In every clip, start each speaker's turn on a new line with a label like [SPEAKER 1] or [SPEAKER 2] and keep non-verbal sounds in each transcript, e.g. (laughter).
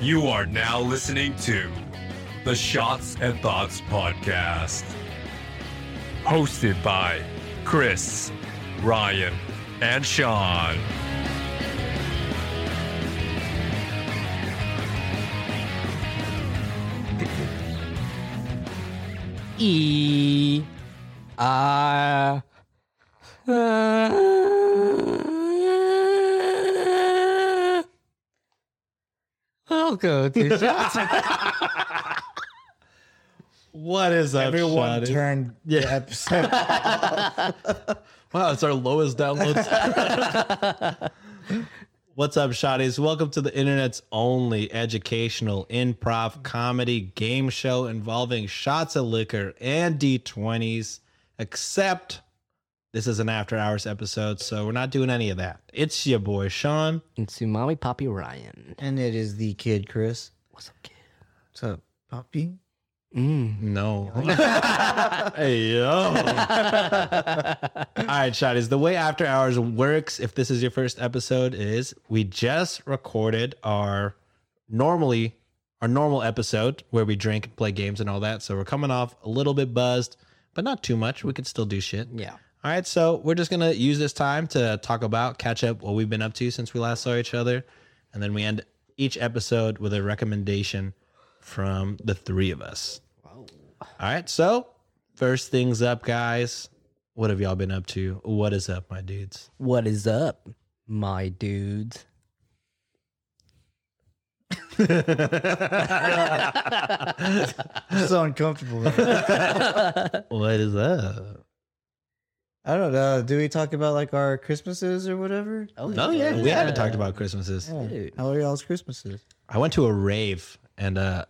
[SPEAKER 1] You are now listening to the Shots and Thoughts Podcast, hosted by Chris, Ryan, and Sean.
[SPEAKER 2] E I Welcome to (laughs) Shots and
[SPEAKER 3] What is up,
[SPEAKER 4] Everyone
[SPEAKER 3] Shotty?
[SPEAKER 4] turned yeah. the episode.
[SPEAKER 3] Wow, it's our lowest downloads. What's up, shotties? Welcome to the internet's only educational improv comedy game show involving shots of liquor and D20s, except this is an after hours episode, so we're not doing any of that. It's your boy, Sean.
[SPEAKER 2] It's your mommy, Poppy Ryan.
[SPEAKER 4] and it is the kid, Chris.
[SPEAKER 2] What's up, kid?
[SPEAKER 4] What's up, puppy?
[SPEAKER 3] (laughs)
[SPEAKER 2] Mm.
[SPEAKER 3] No. hey, yo. All right, shotties. The way After Hours works, if this is your first episode, is we just recorded our normally our normal episode where we drink and play games and all that. So we're coming off a little bit buzzed, but not too much. We could still do shit.
[SPEAKER 2] yeah.
[SPEAKER 3] All right, so we're just gonna use this time to talk about, catch up what we've been up to since we last saw each other, and then we end each episode with a recommendation from the three of us. All right, so first things up, guys. What have y'all been up to? What is up, my dudes?
[SPEAKER 2] What is up, my dudes?
[SPEAKER 4] I'm so uncomfortable.
[SPEAKER 3] (laughs)
[SPEAKER 4] I
[SPEAKER 3] What is up?
[SPEAKER 4] don't know. Do we talk about like our Christmases or whatever?
[SPEAKER 3] No, Oh, yeah, we haven't talked about Christmases.
[SPEAKER 4] Yeah.
[SPEAKER 2] Dude.
[SPEAKER 4] How are y'all's
[SPEAKER 3] (laughs)
[SPEAKER 4] Christmases?
[SPEAKER 3] I went to a rave and uh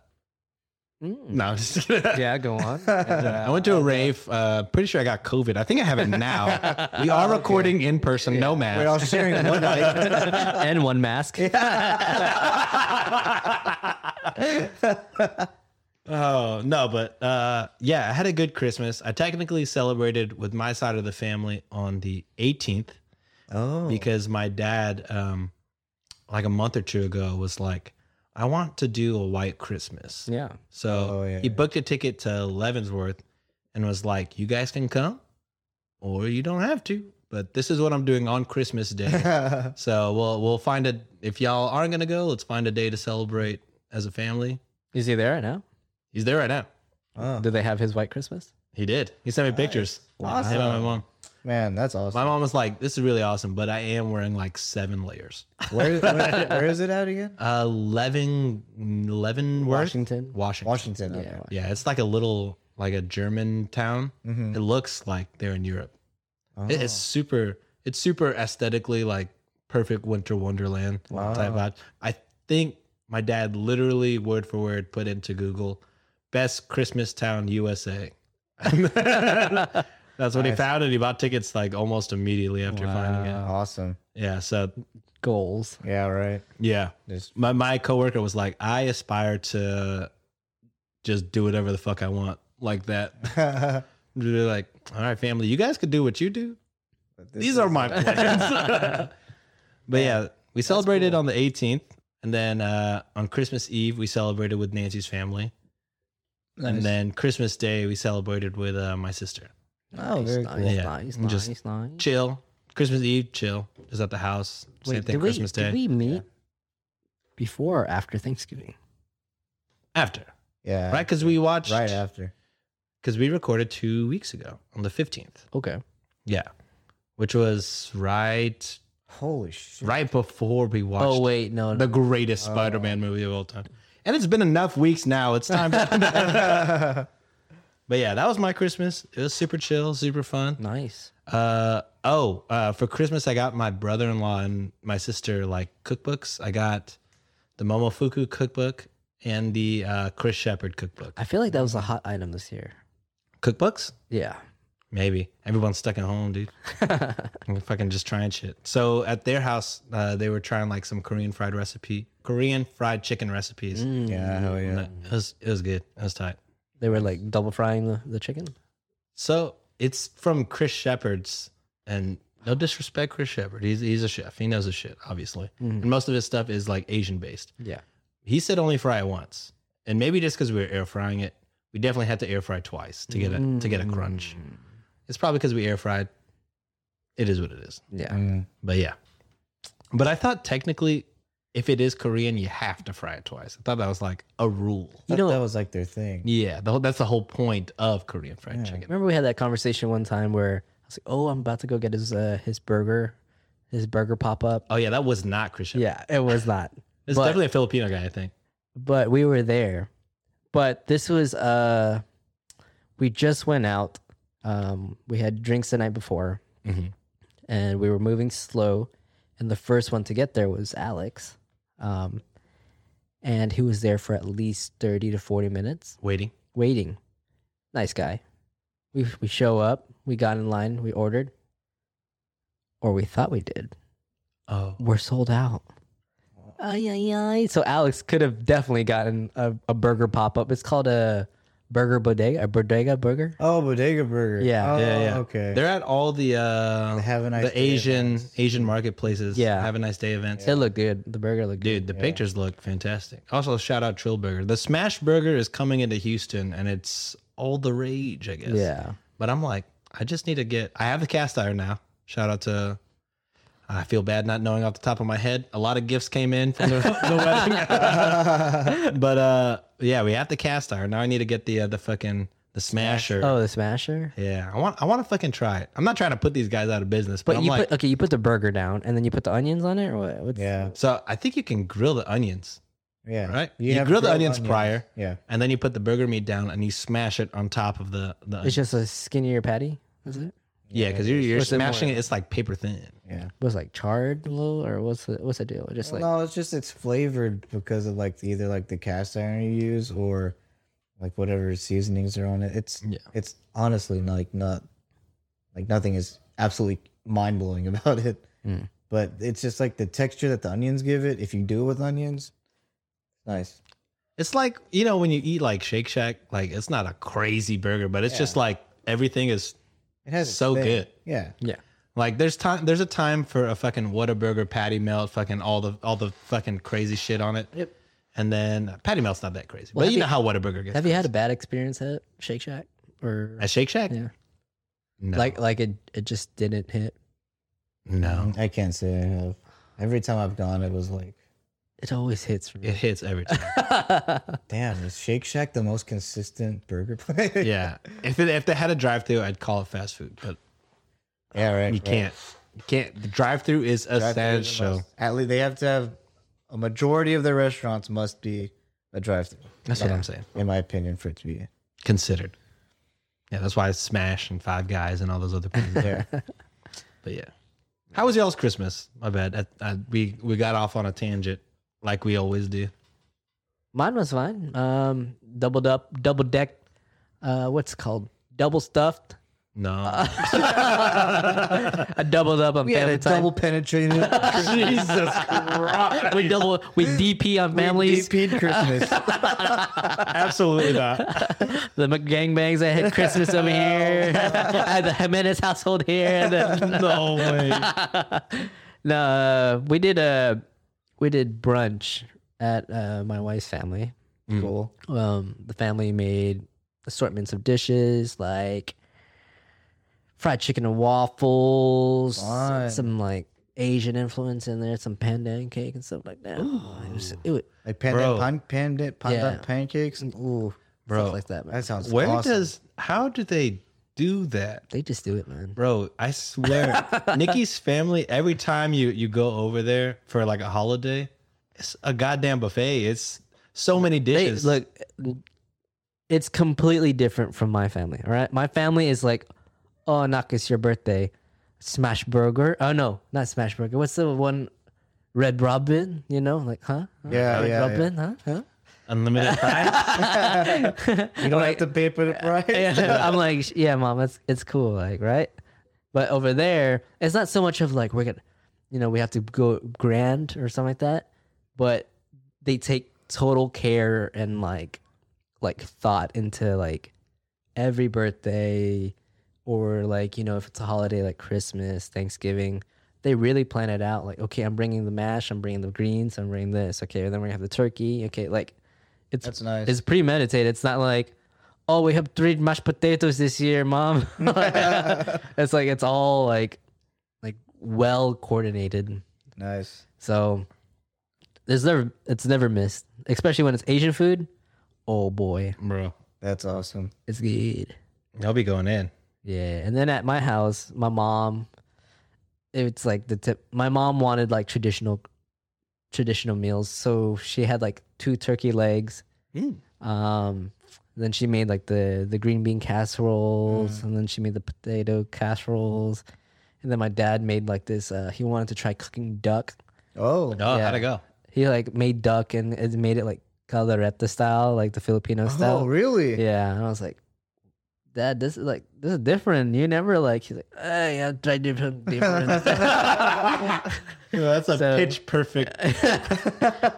[SPEAKER 2] Mm.
[SPEAKER 3] no, I'm just kidding. (laughs)
[SPEAKER 2] Yeah, go on. (laughs)
[SPEAKER 3] I went to a rave. Uh, pretty sure I got COVID. I think I have it (laughs) now. we are recording in person, no mask.
[SPEAKER 4] We're all sharing one night.
[SPEAKER 2] and one mask.
[SPEAKER 3] Oh no, but uh, yeah, I had a good Christmas. I technically celebrated with my side of the family on the 18th
[SPEAKER 4] (laughs)
[SPEAKER 3] (laughs)
[SPEAKER 4] Oh,
[SPEAKER 3] because my dad, um, like a month or two ago, was like, "I want to do a white Christmas."
[SPEAKER 2] Yeah.
[SPEAKER 3] So
[SPEAKER 4] Oh, yeah,
[SPEAKER 3] he
[SPEAKER 4] yeah.
[SPEAKER 3] booked a ticket to Leavenworth and was like, "You guys can come, or you don't have to, but this is what I'm doing on Christmas Day."
[SPEAKER 4] (laughs)
[SPEAKER 3] So we'll we'll find a if y'all aren't gonna go, let's find a day to celebrate as a family.
[SPEAKER 2] Is he there right now?
[SPEAKER 3] He's there right now.
[SPEAKER 4] Oh,
[SPEAKER 2] Do they have his white Christmas?
[SPEAKER 3] He did. He sent me pictures.
[SPEAKER 4] Awesome.
[SPEAKER 3] Him and my mom.
[SPEAKER 4] man, that's awesome.
[SPEAKER 3] My mom was like, "This is really awesome," but I am wearing like seven layers. (laughs)
[SPEAKER 4] Where, where- where is it at again?
[SPEAKER 3] Eleven, eleven.
[SPEAKER 2] Washington.
[SPEAKER 3] Washington.
[SPEAKER 4] Washington. okay.
[SPEAKER 2] Yeah.
[SPEAKER 3] Yeah, it's like a little like a German town.
[SPEAKER 4] Mhm.
[SPEAKER 3] It looks like they're in Europe.
[SPEAKER 4] Oh.
[SPEAKER 3] It is super. It's super aesthetically like perfect winter wonderland type vibe. I think my dad literally word for word put into Google best Christmas town USA. (laughs) That's what he
[SPEAKER 4] Nice.
[SPEAKER 3] found, and he bought tickets like almost immediately after finding it.
[SPEAKER 4] Uh, Awesome.
[SPEAKER 3] Yeah, so
[SPEAKER 2] Goals.
[SPEAKER 4] Yeah, right.
[SPEAKER 3] yeah,
[SPEAKER 4] (laughs) Just
[SPEAKER 3] my my coworker was like, I aspire to just do whatever the fuck I want like that. They're like, all right, family, you guys could do what you do. These are
[SPEAKER 4] (laughs)
[SPEAKER 2] (laughs)
[SPEAKER 3] my plans. (laughs) but yeah, we celebrated on the 18th. And then uh, on Christmas Eve, we celebrated with Nancy's family.
[SPEAKER 4] Nice.
[SPEAKER 3] And then Christmas Day, we celebrated with uh, my sister.
[SPEAKER 4] Oh, very
[SPEAKER 2] nice,
[SPEAKER 4] cool.
[SPEAKER 2] nice,
[SPEAKER 3] Yeah,
[SPEAKER 2] nice,
[SPEAKER 3] I'm just-
[SPEAKER 2] nice, nice.
[SPEAKER 3] Chill. Christmas Eve, chill. Just at the house. Same thing
[SPEAKER 2] did
[SPEAKER 3] Christmas
[SPEAKER 2] we,
[SPEAKER 3] Day.
[SPEAKER 2] Did we meet before or after Thanksgiving?
[SPEAKER 3] After.
[SPEAKER 4] yeah,
[SPEAKER 3] Right? Because we watched,
[SPEAKER 4] right after.
[SPEAKER 3] because we recorded two weeks ago on the 15th.
[SPEAKER 2] Okay.
[SPEAKER 3] Yeah. Which was right,
[SPEAKER 4] Holy shit!
[SPEAKER 3] right before we watched
[SPEAKER 2] Oh wait, no,
[SPEAKER 3] the greatest Spider-Man movie of all time. And it's been enough weeks now. It's time. to- (laughs) but yeah, that was my Christmas. It was super chill, super fun.
[SPEAKER 2] nice.
[SPEAKER 3] Uh, oh, uh, for Christmas I got my brother-in-law and my sister like cookbooks. I got the Momofuku cookbook and the uh, Chris Shepard cookbook.
[SPEAKER 2] I feel like that was a hot item this year.
[SPEAKER 3] Cookbooks?
[SPEAKER 2] Yeah.
[SPEAKER 3] Maybe everyone's stuck at home, dude. We're fucking just trying shit. So at their house, uh, they were trying like some Korean fried recipe, Korean fried chicken recipes.
[SPEAKER 4] Yeah, hell yeah.
[SPEAKER 3] It was it was good. It was tight.
[SPEAKER 2] They were like double frying the, the chicken.
[SPEAKER 3] So it's from Chris Shepard's, and no disrespect, Chris Shepard. He's he's a chef. He knows his shit, obviously. And most of his stuff is like Asian based.
[SPEAKER 2] Yeah.
[SPEAKER 3] He said only fry it once, and maybe just because we were air frying it, we definitely had to air fry twice to get a to get a crunch. It's probably because we air fried. It is what it is.
[SPEAKER 2] Yeah.
[SPEAKER 4] Mm.
[SPEAKER 3] But yeah. But I thought technically, if it is Korean, you have to fry it twice. I thought that was like a rule.
[SPEAKER 2] You
[SPEAKER 4] Thought
[SPEAKER 2] know-
[SPEAKER 4] that was like their thing.
[SPEAKER 3] Yeah, the whole, that's the whole point of Korean fried chicken.
[SPEAKER 2] Remember we had that conversation one time where I was like, "Oh, I'm about to go get his uh, his burger, his burger pop up."
[SPEAKER 3] Oh yeah, that was not Christian.
[SPEAKER 2] Yeah, it was not.
[SPEAKER 3] it's
[SPEAKER 2] but-
[SPEAKER 3] definitely a Filipino guy. I think.
[SPEAKER 2] but we were there. But this was uh we just went out. Um we had drinks the night before
[SPEAKER 3] Mhm.
[SPEAKER 2] and we were moving slow and the first one to get there was Alex. Um and he was there for at least 30 to 40 minutes
[SPEAKER 3] Waiting.
[SPEAKER 2] waiting. Nice guy. We we show up, we got in line, we ordered or we thought we did
[SPEAKER 3] Oh.
[SPEAKER 2] we're sold out. Ay, ay, ay. So Alex could have definitely gotten a, a burger pop up. It's called a burger bodega, a bodega burger.
[SPEAKER 4] Oh, Bodega Burger.
[SPEAKER 2] Yeah.
[SPEAKER 4] Oh,
[SPEAKER 3] Yeah, yeah.
[SPEAKER 4] Okay.
[SPEAKER 3] They're at all the uh
[SPEAKER 4] They have a nice
[SPEAKER 3] the
[SPEAKER 4] day
[SPEAKER 3] Asian
[SPEAKER 4] events.
[SPEAKER 3] Asian marketplaces.
[SPEAKER 2] Yeah.
[SPEAKER 3] Have a nice day events.
[SPEAKER 2] It looked good. The burger looked
[SPEAKER 3] Dude, the
[SPEAKER 4] Yeah.
[SPEAKER 3] pictures look fantastic. Also, shout out Trill Burger. The Smash Burger is coming into Houston and it's all the rage, I guess.
[SPEAKER 2] good. Yeah.
[SPEAKER 3] But I'm like, I just need to get I have the cast iron now. Shout out to I feel bad not knowing off the top of my head. A lot of gifts came in from the, (laughs) the wedding. (laughs) but uh yeah, we have the cast iron. Now I need to get the uh, the fucking the smasher.
[SPEAKER 2] Oh, the smasher.
[SPEAKER 3] Yeah, I want I want to fucking try it. I'm not trying to put these guys out of business, but,
[SPEAKER 2] But
[SPEAKER 3] I'm
[SPEAKER 2] you
[SPEAKER 3] like,
[SPEAKER 2] put okay, you put the burger down and then you put the onions on it or what? What's-
[SPEAKER 4] Yeah.
[SPEAKER 3] so I think you can grill the onions,
[SPEAKER 4] Yeah.
[SPEAKER 3] right?
[SPEAKER 4] You
[SPEAKER 3] You,
[SPEAKER 4] have
[SPEAKER 3] grill the
[SPEAKER 4] grilled
[SPEAKER 3] onions,
[SPEAKER 4] onions.
[SPEAKER 3] prior,
[SPEAKER 4] Yeah.
[SPEAKER 3] and then you put the burger meat down and you smash it on top of the the.
[SPEAKER 2] It's
[SPEAKER 3] Onions.
[SPEAKER 2] just a skinnier patty. Is it?
[SPEAKER 3] Yeah, because you're you're
[SPEAKER 2] What's it more
[SPEAKER 3] smashing
[SPEAKER 2] like?
[SPEAKER 3] it. It's like paper thin.
[SPEAKER 4] Yeah.
[SPEAKER 2] Was it like charred a little or what's the what's the deal? Just like
[SPEAKER 4] no, it's just it's flavored because of like either like the cast iron you use or like whatever seasonings are on it. It's
[SPEAKER 3] Yeah.
[SPEAKER 4] it's honestly like not like nothing is absolutely mind blowing (laughs) about it.
[SPEAKER 3] Hmm.
[SPEAKER 2] Mm.
[SPEAKER 4] But it's just like the texture that the onions give it. If you do it with onions, nice.
[SPEAKER 3] It's like you know when you eat like Shake Shack, like it's not a crazy burger, but it's
[SPEAKER 4] Yeah.
[SPEAKER 3] just like everything is
[SPEAKER 4] It has its
[SPEAKER 3] So
[SPEAKER 4] thing.
[SPEAKER 3] good.
[SPEAKER 4] Yeah.
[SPEAKER 3] Like there's time there's a time for a fucking Whataburger patty melt, fucking all the all the fucking crazy shit on it.
[SPEAKER 2] Yep.
[SPEAKER 3] And then uh, patty melt's not that crazy.
[SPEAKER 2] Well,
[SPEAKER 3] but
[SPEAKER 2] have
[SPEAKER 3] you,
[SPEAKER 2] you-
[SPEAKER 3] know how Whataburger gets.
[SPEAKER 2] have you had a
[SPEAKER 3] crazy.
[SPEAKER 2] bad experience at Shake Shack? Or
[SPEAKER 3] at Shake Shack?
[SPEAKER 2] yeah.
[SPEAKER 3] No.
[SPEAKER 2] Like like it it just didn't hit.
[SPEAKER 3] no.
[SPEAKER 4] I can't say I have. Every time I've gone, it was like,
[SPEAKER 2] It always hits for me.
[SPEAKER 3] It hits every
[SPEAKER 2] (laughs)
[SPEAKER 3] time.
[SPEAKER 4] damn, is Shake Shack the most consistent burger (laughs) place?
[SPEAKER 3] yeah. If it, if they had a drive through, I'd call it fast food, but
[SPEAKER 4] Yeah, right.
[SPEAKER 3] you
[SPEAKER 4] right.
[SPEAKER 3] can't. You can't. The drive through is essential.
[SPEAKER 4] At least they have to have a majority of their restaurants must be a drive-through,
[SPEAKER 3] That's what I'm saying.
[SPEAKER 4] in my opinion, for it to be.
[SPEAKER 3] Considered. Yeah, that's why it's Smash and Five Guys and all those
[SPEAKER 2] (laughs)
[SPEAKER 3] other people.
[SPEAKER 4] Yeah.
[SPEAKER 3] But yeah. How was y'all's Christmas? My bad. I, I, we we got off on a tangent like we always do.
[SPEAKER 2] Mine was fine. Um, doubled up, double decked. Uh, what's it called? Double stuffed.
[SPEAKER 3] No.
[SPEAKER 2] I doubled up on
[SPEAKER 4] we had
[SPEAKER 2] family
[SPEAKER 4] a
[SPEAKER 2] time.
[SPEAKER 4] double penetrated
[SPEAKER 3] Jesus
[SPEAKER 2] (laughs)
[SPEAKER 3] Christ.
[SPEAKER 2] we double.
[SPEAKER 4] (laughs)
[SPEAKER 2] We DP on families.
[SPEAKER 4] DP'd Christmas. (laughs)
[SPEAKER 3] Absolutely not.
[SPEAKER 2] The McGangbangs that hit Christmas over
[SPEAKER 4] (laughs)
[SPEAKER 2] here.
[SPEAKER 4] Oh,
[SPEAKER 2] (laughs) At the Jimenez household here. and the-
[SPEAKER 3] No way.
[SPEAKER 2] (laughs) no, uh, we did a we did brunch at uh, my wife's family.
[SPEAKER 4] cool.
[SPEAKER 2] um, the family made assortments of dishes like fried chicken and waffles,
[SPEAKER 4] Fun.
[SPEAKER 2] some like Asian influence in there, some pandan cake and stuff like that. Oh, it was, it was,
[SPEAKER 4] Like panda,
[SPEAKER 3] Bro.
[SPEAKER 4] pan, panda, panda
[SPEAKER 2] Yeah.
[SPEAKER 4] pancakes. Ooh,
[SPEAKER 3] Bro,
[SPEAKER 2] stuff like that, man.
[SPEAKER 4] that sounds
[SPEAKER 3] (laughs) where
[SPEAKER 4] awesome.
[SPEAKER 3] does how do they do that?
[SPEAKER 2] They just do it, man.
[SPEAKER 3] Bro, I swear, Nikki's family. Every time you you go over there for like a holiday, it's a goddamn buffet. It's so many
[SPEAKER 2] They,
[SPEAKER 3] dishes.
[SPEAKER 2] look, it's completely different from my family. All right, my family is like, oh, Nak, it's your birthday, smash burger. Oh no, not smash burger. What's the one? Red Robin, you know, like, huh? Huh?
[SPEAKER 4] Yeah,
[SPEAKER 2] Red
[SPEAKER 4] yeah, yeah.
[SPEAKER 2] Robin, huh? Huh?
[SPEAKER 3] unlimited fries.
[SPEAKER 4] you don't have to pay for the price?
[SPEAKER 2] Yeah, (laughs) I'm like, "Sh- yeah, mom, it's it's cool, like, right? But over there, it's not so much of like we're gonna, you know, we have to go grand or something like that. But they take total care and like, like thought into like every birthday, or like you know, if it's a holiday like Christmas, Thanksgiving, they really plan it out. Like, okay, I'm bringing the mash, I'm bringing the greens, I'm bringing this. Okay, then we're gonna have the turkey. Okay, like, it's
[SPEAKER 4] That's nice.
[SPEAKER 2] it's premeditated. It's not like, oh, we have three mashed potatoes this year, mom. (laughs) it's like it's all like, like well coordinated.
[SPEAKER 4] nice.
[SPEAKER 2] So there's never it's never missed, especially when it's Asian food. Oh boy,
[SPEAKER 3] bro.
[SPEAKER 4] That's awesome.
[SPEAKER 2] it's good.
[SPEAKER 3] I'll be going in.
[SPEAKER 2] Yeah, and then at my house, my mom, it's like the tip. My mom wanted like traditional, traditional meals, so she had like two turkey legs. Um, then she made like the the green bean casseroles, and then she made the potato casseroles, and then my dad made like this. Uh, he wanted to try cooking duck.
[SPEAKER 4] Oh,
[SPEAKER 3] Oh,
[SPEAKER 2] Yeah.
[SPEAKER 3] how'd it go?
[SPEAKER 2] He like made duck and it made it like caldereta style, like the Filipino style.
[SPEAKER 4] oh, really?
[SPEAKER 2] Yeah, and I was like, Dad, this is like this is different. You never like. He's like, oh, yeah, try different, different.
[SPEAKER 3] that's a
[SPEAKER 2] So-
[SPEAKER 3] pitch perfect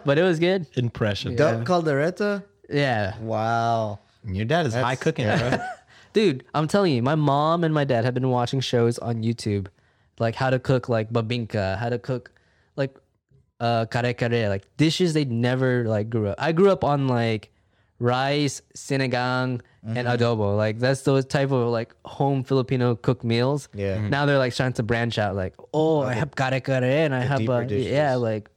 [SPEAKER 2] but it was good.
[SPEAKER 3] impression.
[SPEAKER 4] Duck caldereta.
[SPEAKER 2] Yeah,
[SPEAKER 4] Wow.
[SPEAKER 3] Your dad is high
[SPEAKER 4] That's-
[SPEAKER 3] cooking, bro.
[SPEAKER 2] dude, I'm telling you, my mom and my dad have been watching shows on YouTube, like how to cook like babinka, how to cook like uh kare kare, like dishes they never like grew up. I grew up on like rice, sinigang, and
[SPEAKER 4] Mm-hmm.
[SPEAKER 2] adobo. Like that's those type of like home Filipino cooked meals.
[SPEAKER 4] Yeah.
[SPEAKER 3] Mm-hmm.
[SPEAKER 4] Mhm.
[SPEAKER 2] Now they're like trying to branch out. Like, oh, I have kare kare and I have
[SPEAKER 4] deeper
[SPEAKER 2] uh,
[SPEAKER 4] dishes.
[SPEAKER 2] yeah, like.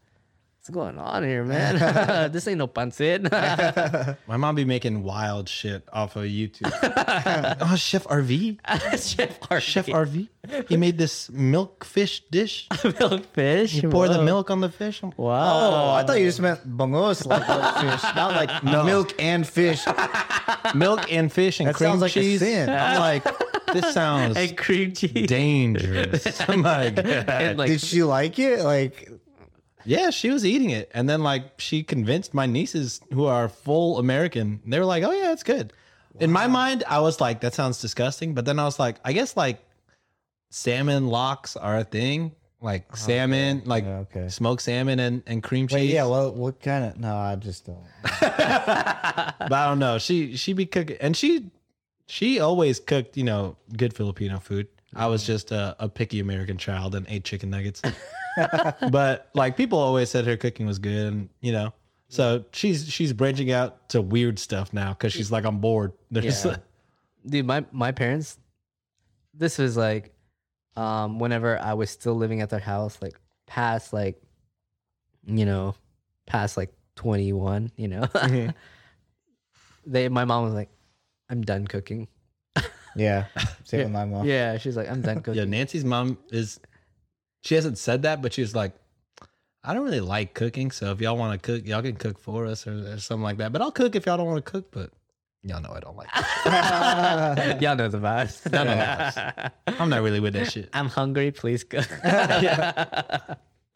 [SPEAKER 2] What's going on
[SPEAKER 4] (laughs)
[SPEAKER 2] here, man? (laughs) this ain't no
[SPEAKER 3] (laughs)
[SPEAKER 2] pancit.
[SPEAKER 3] My mom be making wild shit off of
[SPEAKER 4] (laughs)
[SPEAKER 3] YouTube. oh, Chef RV.
[SPEAKER 2] Chef Harvey.
[SPEAKER 3] Chef
[SPEAKER 4] (laughs)
[SPEAKER 3] RV. He made this milk fish dish.
[SPEAKER 2] Milk fish.
[SPEAKER 3] You pour the
[SPEAKER 2] Whoa.
[SPEAKER 3] milk on the fish. I'm-
[SPEAKER 2] Wow.
[SPEAKER 4] Oh, I thought you just meant bongos, like those (laughs) fish, not like milk and (laughs) fish.
[SPEAKER 3] Milk and fish and
[SPEAKER 4] That
[SPEAKER 3] cream
[SPEAKER 4] sounds like a
[SPEAKER 3] cheese.
[SPEAKER 4] sin.
[SPEAKER 3] I'm like,
[SPEAKER 4] (laughs)
[SPEAKER 3] this sounds
[SPEAKER 2] and cream cheese.
[SPEAKER 3] dangerous. (laughs) I'm like,
[SPEAKER 4] (laughs)
[SPEAKER 2] And like,
[SPEAKER 4] Did she like it? Like,
[SPEAKER 3] yeah, she was eating it. And then like she convinced my nieces who are full American. They were like, "Oh yeah, it's good." In my mind, I was like, "That sounds disgusting." But then I was like, "I guess like salmon locks are a thing." Like salmon, like
[SPEAKER 4] Oh, Yeah, okay.
[SPEAKER 3] smoked salmon and, and cream cheese.
[SPEAKER 4] wait, yeah. Well, what kind of? No, I just don't.
[SPEAKER 3] but I don't know. She she be cooking, and she she always cooked, you know, good Filipino food. I
[SPEAKER 2] Mm.
[SPEAKER 3] was just a, a picky American child and ate chicken nuggets, (laughs) but like people always said her cooking was good, and you know,
[SPEAKER 2] Mm.
[SPEAKER 3] so she's she's branching out to weird stuff now because she's like I'm bored. There's
[SPEAKER 2] Yeah. dude, my my parents. This was like, um, whenever I was still living at their house, like past like, you know, past like twenty one. You know, (laughs) they my mom was like, "I'm done cooking."
[SPEAKER 4] (laughs) Yeah, same with my mom.
[SPEAKER 2] Yeah, she's like, "I'm (laughs) done
[SPEAKER 3] yeah,
[SPEAKER 2] cooking."
[SPEAKER 3] Nancy's mom is she hasn't said that, but she's like. I don't really like cooking, so if y'all want to cook, y'all can cook for us or, or something like that. But I'll cook if y'all don't want to cook. But y'all know I don't like.
[SPEAKER 2] (laughs)
[SPEAKER 3] it.
[SPEAKER 2] Y'all know the vibes.
[SPEAKER 3] I'm not really with that shit.
[SPEAKER 2] (laughs) I'm hungry. Please cook. (laughs) yeah. (laughs)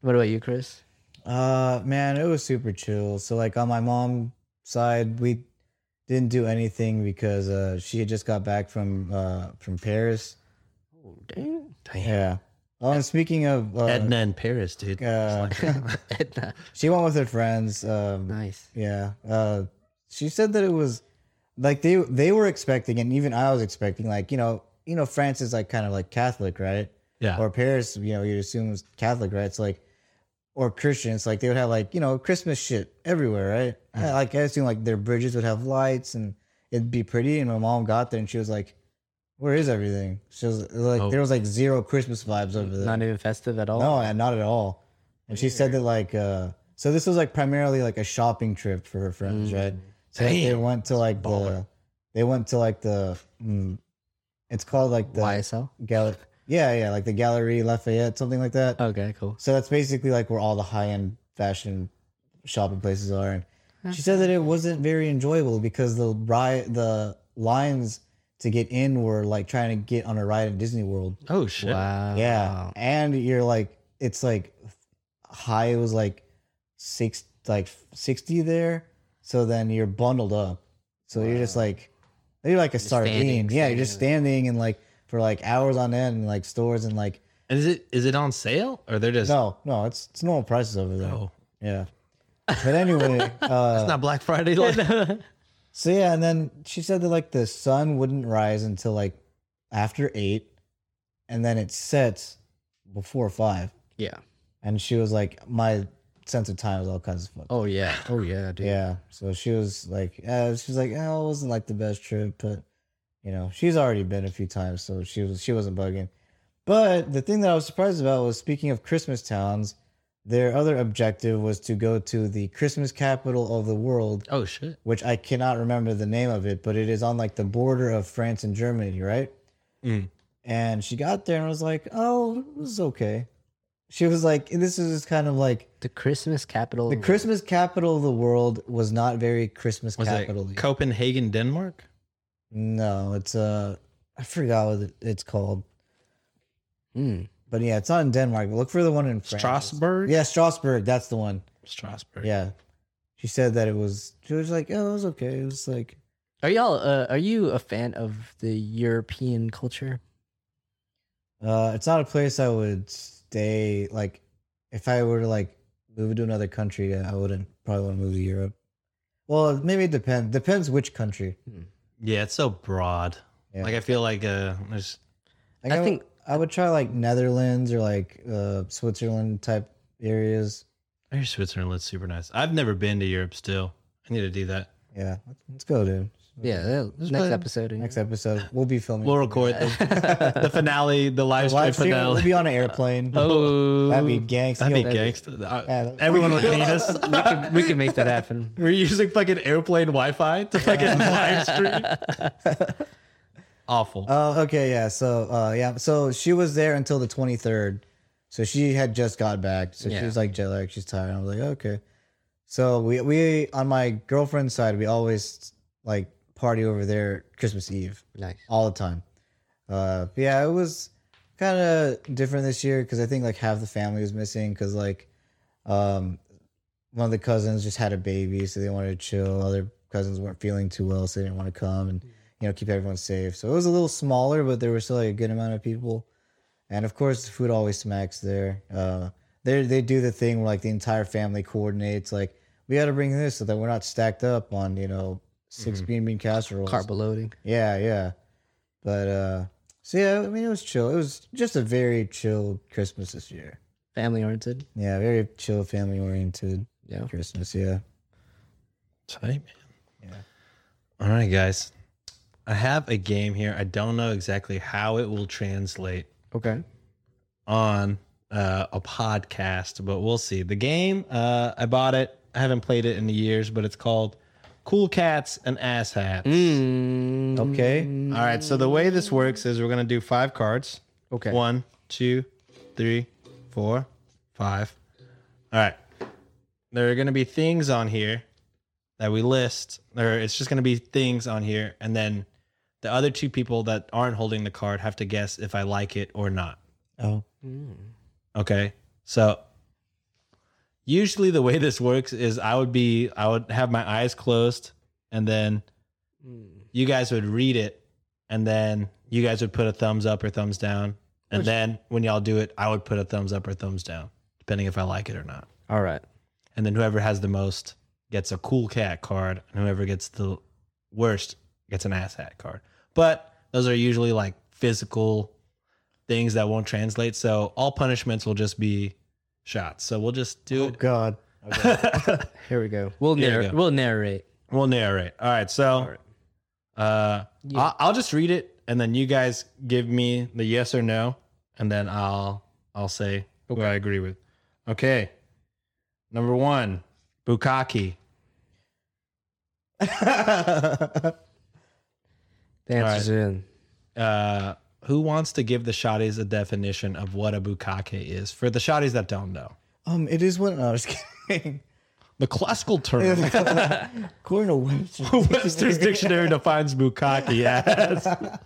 [SPEAKER 2] What about you, Chris?
[SPEAKER 4] Uh, man, it was super chill. So like on my mom's side, we didn't do anything because uh, she had just got back from uh, from Paris.
[SPEAKER 2] Oh, dang. (laughs)
[SPEAKER 4] Yeah. Oh, and speaking of, uh,
[SPEAKER 3] Edna in Paris, dude.
[SPEAKER 4] uh,
[SPEAKER 2] Edna.
[SPEAKER 4] she went with her friends.
[SPEAKER 2] (laughs)
[SPEAKER 4] Um,
[SPEAKER 2] Nice.
[SPEAKER 4] Yeah. Uh, she said that it was like they they were expecting, and even I was expecting, like you know, you know, France is like kind of like Catholic, right?
[SPEAKER 3] Yeah.
[SPEAKER 4] Or Paris, you know, you assume is Catholic, right? It's like or Christians, like they would have like you know Christmas shit everywhere, right? I- like I assume like their bridges would have lights and it'd be pretty. And my mom got there and she was like, "Where is everything?" She was like,
[SPEAKER 3] Oh.
[SPEAKER 4] "There was like zero Christmas vibes over there."
[SPEAKER 2] Not even festive at all.
[SPEAKER 4] No, uh, not at all. And she said that like uh so this was like primarily like a shopping trip for her friends, right? So they
[SPEAKER 3] Mm. Damn.
[SPEAKER 4] went to like the
[SPEAKER 3] Baller.
[SPEAKER 4] they went to like the mm, it's called like the
[SPEAKER 2] YSL.
[SPEAKER 4] gallery. Yeah, yeah, like the Gallery Lafayette, something like that.
[SPEAKER 3] Oh.
[SPEAKER 2] Okay, cool.
[SPEAKER 4] So that's basically like where all the high end fashion shopping places are. And she said that it wasn't very enjoyable because the ride, the lines to get in were like trying to get on a ride at Disney World.
[SPEAKER 3] oh shit.
[SPEAKER 2] Wow. (laughs) Oh.
[SPEAKER 4] Yeah, and you're like it's like high was like six like sixty there, so then you're bundled up, so you're just like you're like a sardine.
[SPEAKER 2] standing,
[SPEAKER 4] yeah, you're just standing and like for like hours on end in like stores and like
[SPEAKER 3] And is it is it on sale or they're just
[SPEAKER 4] no no it's it's normal prices over there.
[SPEAKER 3] Oh,
[SPEAKER 4] Yeah, but anyway, uh,
[SPEAKER 3] it's not Black
[SPEAKER 4] (laughs)
[SPEAKER 3] Friday. Like,
[SPEAKER 4] So yeah, and then she said that like the sun wouldn't rise until like after eight, and then it sets before five,
[SPEAKER 5] Yeah.
[SPEAKER 4] and she was like, my sense of time was all kinds of fucked.
[SPEAKER 5] Oh yeah. Oh yeah, dude.
[SPEAKER 4] Yeah. So she was like, uh, she was like, oh, it wasn't like the best trip, but you know, she's already been a few times, so she was she wasn't bugging. But the thing that I was surprised about was speaking of Christmas towns, their other objective was to go to the Christmas capital of the world,
[SPEAKER 5] Oh shit.
[SPEAKER 4] which I cannot remember the name of it, but it is on like the border of France and Germany, right?
[SPEAKER 3] Mm.
[SPEAKER 4] And she got there and was like, oh, it was okay. She was like, this is kind of like
[SPEAKER 2] The Christmas capital.
[SPEAKER 4] the Christmas capital of the world was not very Christmas
[SPEAKER 3] Was
[SPEAKER 4] capital.
[SPEAKER 3] it Copenhagen, Denmark?
[SPEAKER 4] no, it's uh, I forgot what it, it's called,
[SPEAKER 2] Mm.
[SPEAKER 4] but yeah, it's not in Denmark. Look for the one in France.
[SPEAKER 3] Strasbourg?
[SPEAKER 4] Yeah, Strasbourg. That's the one.
[SPEAKER 3] Strasbourg.
[SPEAKER 4] Yeah, she said that it was. She was like, oh, it was okay. It was like,
[SPEAKER 2] Are y'all? Uh, are you a fan of the European culture?
[SPEAKER 4] uh, it's not a place I would stay. Like, if I were to like move to another country, I wouldn't probably want to move to Europe. Well, maybe it depends. Depends which country.
[SPEAKER 3] Yeah, it's so broad.
[SPEAKER 4] Yeah.
[SPEAKER 3] Like I feel like uh, there's
[SPEAKER 4] Like,
[SPEAKER 2] I
[SPEAKER 4] I,
[SPEAKER 2] think-
[SPEAKER 4] think I would try like Netherlands or like uh, Switzerland type areas.
[SPEAKER 3] there's Switzerland's super nice. I've never been to Europe still. I need to do that.
[SPEAKER 4] Yeah, let's go, dude.
[SPEAKER 2] Yeah. that- Next
[SPEAKER 3] play-
[SPEAKER 2] episode. and- (laughs)
[SPEAKER 4] Next episode, we'll be filming.
[SPEAKER 3] We'll record
[SPEAKER 4] (laughs)
[SPEAKER 3] the, the finale, the live stream
[SPEAKER 4] live stream. We'll (laughs)
[SPEAKER 3] finale.
[SPEAKER 4] be on an airplane.
[SPEAKER 2] Oh,
[SPEAKER 4] That'd be gangster.
[SPEAKER 3] That'd be
[SPEAKER 4] Yo,
[SPEAKER 3] gangster. I-
[SPEAKER 4] Yeah.
[SPEAKER 3] Everyone would hate us.
[SPEAKER 4] (laughs)
[SPEAKER 2] we can we can make that happen.
[SPEAKER 3] We're using fucking airplane Wi-Fi to fucking live stream. Awful.
[SPEAKER 4] Oh, okay, yeah. So, uh, yeah. So she was there until the twenty third. So she had just got back. So she was like jet lagged. She's tired. I was like, okay. So we we on my girlfriend's side, we always like party over there Christmas Eve.
[SPEAKER 2] Nice.
[SPEAKER 4] all the time. Uh, yeah, it was kind of different this year because I think like half the family was missing because like um, one of the cousins just had a baby, so they wanted to chill. Other cousins weren't feeling too well, so they didn't want to come and you know keep everyone safe. So it was a little smaller, but there were still like a good amount of people. And of course, the food always smacks there. Uh, they they do the thing where like the entire family coordinates. Like we got to bring this so that we're not stacked up on you know 6 green bean casseroles.
[SPEAKER 2] Carb loading.
[SPEAKER 4] Yeah, yeah. But uh so yeah, I mean it was chill. It was just a very chill Christmas this year.
[SPEAKER 2] Family oriented.
[SPEAKER 4] Yeah, very chill family oriented
[SPEAKER 2] Yeah.
[SPEAKER 4] Christmas, yeah.
[SPEAKER 3] Tight, man. All right, guys. I have a game here. I don't know exactly how it will translate
[SPEAKER 2] Okay.
[SPEAKER 3] on uh, a podcast, but we'll see. The game, uh, I bought it. I haven't played it in years, but it's called Cool Cats and Ass Hats.
[SPEAKER 2] Mm,
[SPEAKER 4] Mm. Okay.
[SPEAKER 3] All right. So the way this works is we're gonna do five cards.
[SPEAKER 2] Okay.
[SPEAKER 3] One, two, three, four, five. All right. There are gonna be things on here that we list, or it's just gonna be things on here, and then the other two people that aren't holding the card have to guess if I like it or not.
[SPEAKER 4] Oh.
[SPEAKER 3] Okay. So usually the way this works is I would be I would have my eyes closed and then you guys would read it and then you guys would put a thumbs up or thumbs down. And then when y'all do it, I would put a thumbs up or thumbs down, depending if I like it or not.
[SPEAKER 2] All right.
[SPEAKER 3] And then whoever has the most gets a cool cat card, and whoever gets the worst gets an ass hat card. But those are usually like physical things that won't translate. So all punishments will just be shots. So we'll just do it.
[SPEAKER 4] God.
[SPEAKER 2] Here we go. We'll
[SPEAKER 3] Here we
[SPEAKER 2] narrate.
[SPEAKER 3] go.
[SPEAKER 2] We'll narrate.
[SPEAKER 3] (laughs) We'll narrate. All right. So uh, I'll, I'll just read it, and then you guys give me the yes or no, and then I'll I'll say who I agree with. Okay. Number one, Bukaki.
[SPEAKER 2] The answer's in.
[SPEAKER 3] uh, who wants to give the shotties a definition of what a bukake is for the shotties that don't know?
[SPEAKER 4] um, it is what no, I was (laughs) kidding.
[SPEAKER 3] The classical (laughs) term
[SPEAKER 4] According to (laughs) Webster.
[SPEAKER 3] Webster's dictionary defines bukake as.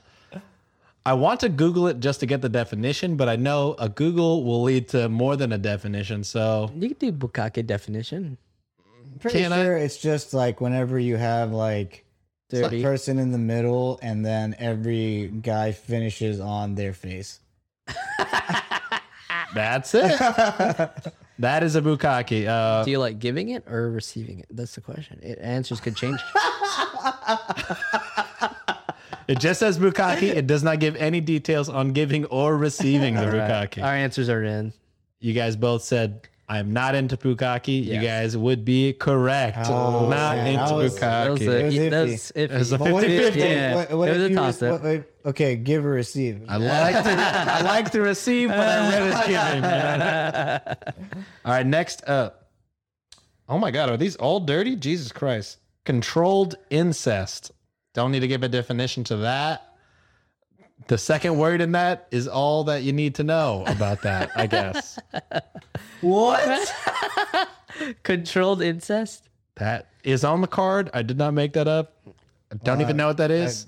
[SPEAKER 3] I want to Google it just to get the definition, but I know a Google will lead to more than a definition. So
[SPEAKER 2] You can do bukake definition.
[SPEAKER 4] pretty
[SPEAKER 3] Can I-
[SPEAKER 4] sure it's just like whenever you have like a
[SPEAKER 2] Dirty.
[SPEAKER 4] person in the middle and then every guy finishes on their face.
[SPEAKER 3] that's it. that is a bukake. Uh,
[SPEAKER 2] Do you like giving it or (laughs) receiving it? That's the question. It answers could change.
[SPEAKER 3] It just says bukkake. It does not give any details on giving or receiving the bukkake.
[SPEAKER 2] Our answers are in.
[SPEAKER 3] You guys both said I'm not into bukkake.
[SPEAKER 2] Yeah.
[SPEAKER 3] You guys would be correct.
[SPEAKER 4] Oh,
[SPEAKER 3] not
[SPEAKER 4] man,
[SPEAKER 3] into
[SPEAKER 4] that was-
[SPEAKER 2] That was,
[SPEAKER 3] bukkake.
[SPEAKER 2] a,
[SPEAKER 4] It was
[SPEAKER 2] that was iffy.
[SPEAKER 3] It was a
[SPEAKER 4] But what if-
[SPEAKER 3] 50-50.
[SPEAKER 2] Yeah.
[SPEAKER 4] what- what
[SPEAKER 2] It was
[SPEAKER 4] if
[SPEAKER 2] a
[SPEAKER 4] you-
[SPEAKER 2] toss-up.
[SPEAKER 4] what- what- Okay, give or receive.
[SPEAKER 3] I like to I like to receive what I read (laughs) is given. man. All right, next up. Oh my god, are these all dirty? Jesus Christ. Controlled incest. Don't need to give a definition to that. The second word in that is all that you need to know about that, I (laughs) guess.
[SPEAKER 4] What?
[SPEAKER 2] Controlled incest?
[SPEAKER 3] That is on the card. I did not make that up. Uh, I don't even know what that is.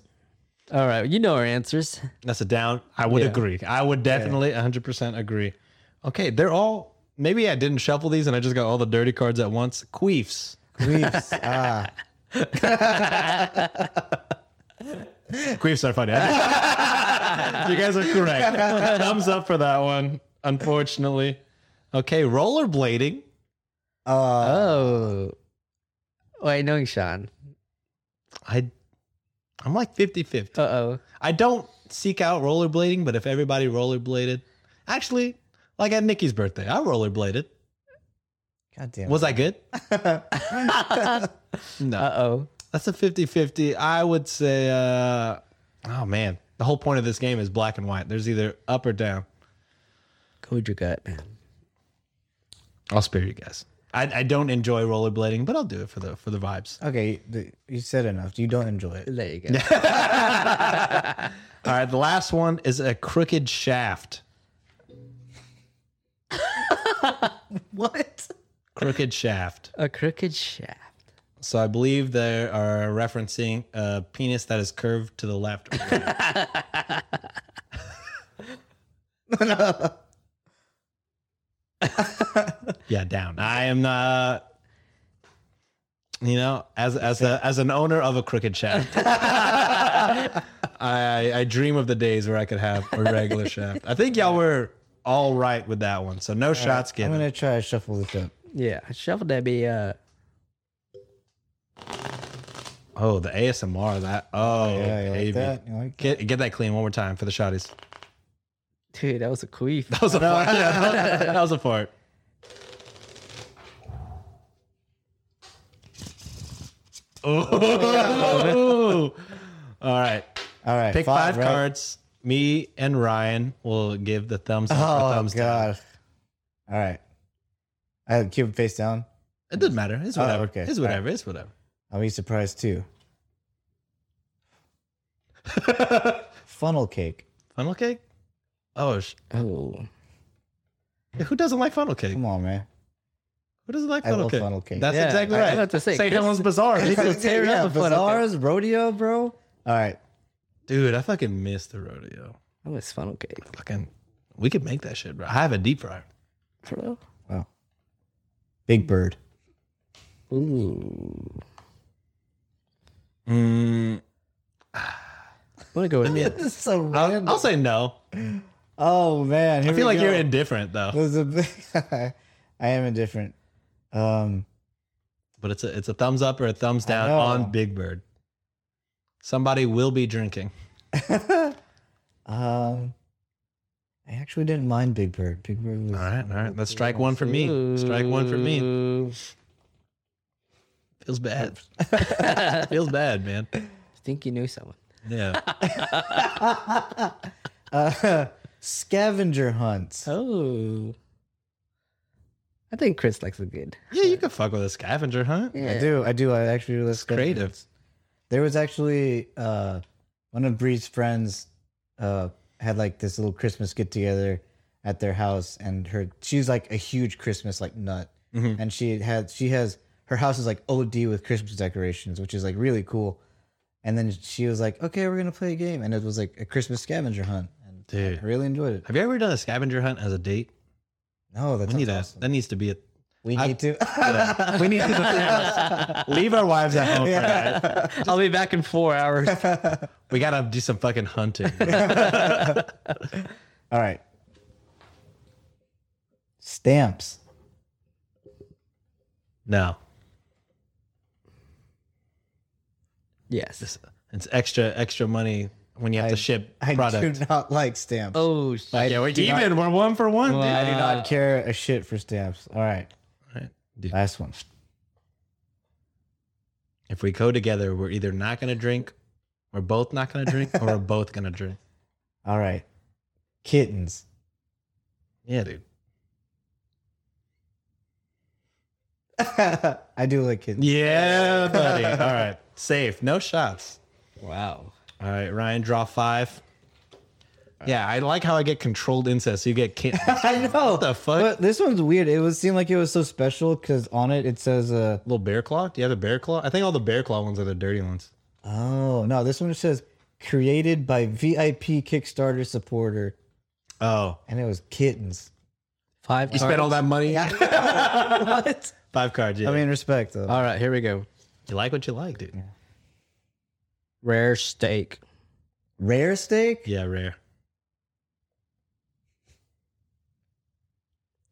[SPEAKER 2] All right, you know our answers.
[SPEAKER 3] That's a down. I would
[SPEAKER 4] Yeah.
[SPEAKER 3] agree. I would definitely 100% agree. Okay, they're all. Maybe I didn't shuffle these and I just got all the dirty cards at once. Queefs.
[SPEAKER 4] Queefs. Ah. Eh.
[SPEAKER 3] Queefs are funny. you (laughs) guys are
[SPEAKER 4] (laughs)
[SPEAKER 3] correct. Thumbs up for that one, unfortunately. Okay, rollerblading.
[SPEAKER 4] Uh,
[SPEAKER 2] Oh. Wait, knowing Sean.
[SPEAKER 3] I, I'm like 50 50.
[SPEAKER 2] Uh oh.
[SPEAKER 3] I don't seek out rollerblading, but if everybody rollerbladed, actually, like at Nikki's birthday, I rollerbladed.
[SPEAKER 4] God damn.
[SPEAKER 3] Was I good? no.
[SPEAKER 2] Uh oh.
[SPEAKER 3] That's a 50-50. I would say uh oh man, the whole point of this game is black and white. There's either up or down.
[SPEAKER 2] Go with your gut, man.
[SPEAKER 3] I'll spare you guys. I, I don't enjoy rollerblading, but I'll do it for the for the vibes.
[SPEAKER 4] Okay, the- you said enough. You don't enjoy it.
[SPEAKER 2] There you (laughs) go.
[SPEAKER 3] All right, the last one is a crooked shaft.
[SPEAKER 4] What?
[SPEAKER 3] Crooked shaft.
[SPEAKER 2] A crooked shaft.
[SPEAKER 3] So I believe they are referencing a penis that is curved to the
[SPEAKER 4] (laughs)
[SPEAKER 3] left. Or right. yeah, down. I am not. You know, as as a, as an owner of a crooked shaft, I I dream of the days where I could have a regular shaft. I think y'all were all right with that one, so no shots
[SPEAKER 4] I'm
[SPEAKER 3] given.
[SPEAKER 4] gonna try to shuffle this up.
[SPEAKER 2] Yeah, shuffle that be uh
[SPEAKER 3] Oh, the ASMR that. Oh,
[SPEAKER 4] Yeah, you
[SPEAKER 3] baby.
[SPEAKER 4] like that? You like
[SPEAKER 3] Get get that clean one more time for the shotties. (laughs)
[SPEAKER 2] dude, that was a queef.
[SPEAKER 3] That was a
[SPEAKER 4] (laughs)
[SPEAKER 3] fart. that was a fart. Ooh. (laughs) All right.
[SPEAKER 4] All right,
[SPEAKER 3] Pick five,
[SPEAKER 4] Oh. right?
[SPEAKER 3] cards. Me and Ryan will give the thumbs up
[SPEAKER 4] (laughs) Oh
[SPEAKER 3] or thumbs down.
[SPEAKER 4] god. All right. I have cube face down.
[SPEAKER 3] It doesn't matter. It's
[SPEAKER 4] Oh,
[SPEAKER 3] whatever.
[SPEAKER 4] okay.
[SPEAKER 3] It's
[SPEAKER 4] All right.
[SPEAKER 3] whatever. It's whatever. (laughs)
[SPEAKER 4] I'll be surprised too. Funnel cake.
[SPEAKER 3] Funnel cake? Oh, sh-
[SPEAKER 2] (laughs) Oh.
[SPEAKER 3] who doesn't like funnel cake?
[SPEAKER 4] Come on,
[SPEAKER 3] (laughs)
[SPEAKER 4] man.
[SPEAKER 3] Who doesn't like
[SPEAKER 4] I
[SPEAKER 3] funnel
[SPEAKER 4] love
[SPEAKER 3] cake?
[SPEAKER 4] funnel cake.
[SPEAKER 3] That's
[SPEAKER 2] Yeah,
[SPEAKER 3] exactly
[SPEAKER 2] I- I
[SPEAKER 3] right.
[SPEAKER 2] was about to say,
[SPEAKER 3] St.
[SPEAKER 2] Chris-
[SPEAKER 3] Helen's
[SPEAKER 4] (laughs)
[SPEAKER 3] Bazaar.
[SPEAKER 2] People tear
[SPEAKER 4] yeah,
[SPEAKER 2] up a funnel cake.
[SPEAKER 4] Bizarre's rodeo, bro. All right.
[SPEAKER 3] Dude, I fucking miss the rodeo.
[SPEAKER 2] That was funnel cake.
[SPEAKER 3] Fucking, we could make that shit, bro. I have a deep fryer.
[SPEAKER 2] For real?
[SPEAKER 4] Wow. Big bird. (laughs)
[SPEAKER 2] Ooh.
[SPEAKER 3] Mm,
[SPEAKER 2] I'm gonna go with it.
[SPEAKER 4] This is so
[SPEAKER 3] I'll,
[SPEAKER 4] random.
[SPEAKER 3] I'll say no.
[SPEAKER 4] oh man.
[SPEAKER 3] I feel like you're
[SPEAKER 4] in.
[SPEAKER 3] indifferent though,
[SPEAKER 4] There's a (laughs) big, I am indifferent. Um,
[SPEAKER 3] but it's a it's a thumbs up or a thumbs down
[SPEAKER 4] know.
[SPEAKER 3] on Big Bird. Somebody will be drinking.
[SPEAKER 4] um, I actually didn't mind Big Bird. Big Bird was
[SPEAKER 3] All right, all right. Let's strike one for me. Strike one for me.
[SPEAKER 2] Ooh.
[SPEAKER 3] Feels bad. (laughs) Feels bad, man.
[SPEAKER 2] Think you knew someone.
[SPEAKER 3] Yeah.
[SPEAKER 4] uh, (laughs) scavenger hunt.
[SPEAKER 2] Oh. I think Chris likes it good.
[SPEAKER 3] Yeah, you could fuck with a scavenger, huh?
[SPEAKER 4] I do, I do. I actually really
[SPEAKER 3] It's creative.
[SPEAKER 4] There was actually uh, one of Bree's friends uh, had like this little Christmas get together at their house, and her she's like a huge Christmas like nut,
[SPEAKER 3] Mm-hmm.
[SPEAKER 4] and she had she has her house is like OD with Christmas decorations, which is like really cool. And then she was like, "Okay, we're gonna play a game," and it was like a Christmas scavenger hunt, and
[SPEAKER 3] Dude.
[SPEAKER 4] I really enjoyed it.
[SPEAKER 3] Have you ever done a scavenger hunt as a date?
[SPEAKER 4] No, that's
[SPEAKER 3] We need that.
[SPEAKER 4] awesome.
[SPEAKER 3] That needs to be a
[SPEAKER 4] We
[SPEAKER 3] I-
[SPEAKER 4] need (laughs) to.
[SPEAKER 3] we need to leave our wives at home. For (laughs) that.
[SPEAKER 2] I'll be back in four hours.
[SPEAKER 3] We gotta do some fucking hunting.
[SPEAKER 4] All right. Stamps.
[SPEAKER 3] no,
[SPEAKER 2] (laughs) yes.
[SPEAKER 3] It's extra extra money when you have
[SPEAKER 4] I-
[SPEAKER 3] to ship
[SPEAKER 4] I
[SPEAKER 3] product.
[SPEAKER 4] do not like stamps.
[SPEAKER 2] Oh shit.
[SPEAKER 4] I
[SPEAKER 3] yeah, we're
[SPEAKER 4] do not-
[SPEAKER 3] even. we're one for one. dude.
[SPEAKER 4] (laughs) I do not care a shit for stamps. All right,
[SPEAKER 3] All right, dude.
[SPEAKER 4] last one.
[SPEAKER 3] If we go together, we're either not gonna drink, we're both not gonna drink, or we're both gonna
[SPEAKER 4] (laughs)
[SPEAKER 3] drink.
[SPEAKER 4] All right, kittens.
[SPEAKER 3] Yeah, dude.
[SPEAKER 4] (laughs) I do like kittens.
[SPEAKER 3] Yeah, buddy. All right, safe. No shots.
[SPEAKER 2] Wow.
[SPEAKER 3] All right, Ryan, draw five. Yeah, I like how I get controlled incest. So you get kittens.
[SPEAKER 4] (laughs) I know.
[SPEAKER 3] What the fuck?
[SPEAKER 4] But this one's weird. It was seemed like it was so special because on it it says, uh,
[SPEAKER 3] Little bear claw? Do you have the bear claw? I think all the bear claw ones are the dirty ones.
[SPEAKER 4] oh no, this one says created by VIP Kickstarter supporter,
[SPEAKER 3] Oh,
[SPEAKER 4] and it was kittens.
[SPEAKER 2] Five.
[SPEAKER 3] you spent all that money?
[SPEAKER 4] (laughs)
[SPEAKER 2] What?
[SPEAKER 3] Five cards. Yeah.
[SPEAKER 4] I mean, respect though.
[SPEAKER 2] All right, here we go.
[SPEAKER 3] you like what you like, dude. Yeah,
[SPEAKER 2] Rare steak.
[SPEAKER 4] Rare steak.
[SPEAKER 3] rare.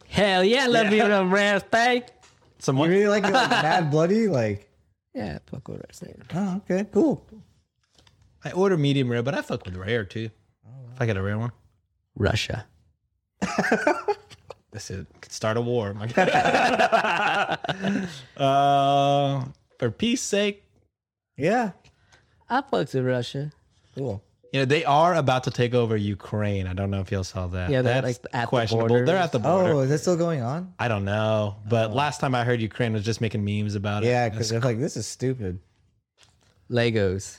[SPEAKER 2] Hell yeah, love me some rare steak.
[SPEAKER 4] You
[SPEAKER 3] Someone
[SPEAKER 4] really like it, like
[SPEAKER 3] (laughs)
[SPEAKER 4] mad bloody? Like,
[SPEAKER 2] Yeah, fuck with rare steak.
[SPEAKER 4] oh, okay, cool.
[SPEAKER 3] I order medium rare, but I fuck with rare too. If I get a rare one,
[SPEAKER 2] Russia.
[SPEAKER 3] that's it. Could start a war. (laughs) My God. uh, for peace sake,
[SPEAKER 4] Yeah,
[SPEAKER 2] I fucked with Russia.
[SPEAKER 4] cool.
[SPEAKER 3] you know they are about to take over Ukraine. I don't know if y'all saw that.
[SPEAKER 2] Yeah, they're,
[SPEAKER 3] that's
[SPEAKER 2] like, at the
[SPEAKER 3] questionable.
[SPEAKER 2] borders.
[SPEAKER 3] they're at the border.
[SPEAKER 4] Oh, is that still going on?
[SPEAKER 3] I don't know, but last time I heard Ukraine was just making memes about
[SPEAKER 4] Yeah,
[SPEAKER 3] it.
[SPEAKER 4] because they're like, this is stupid,
[SPEAKER 2] Legos.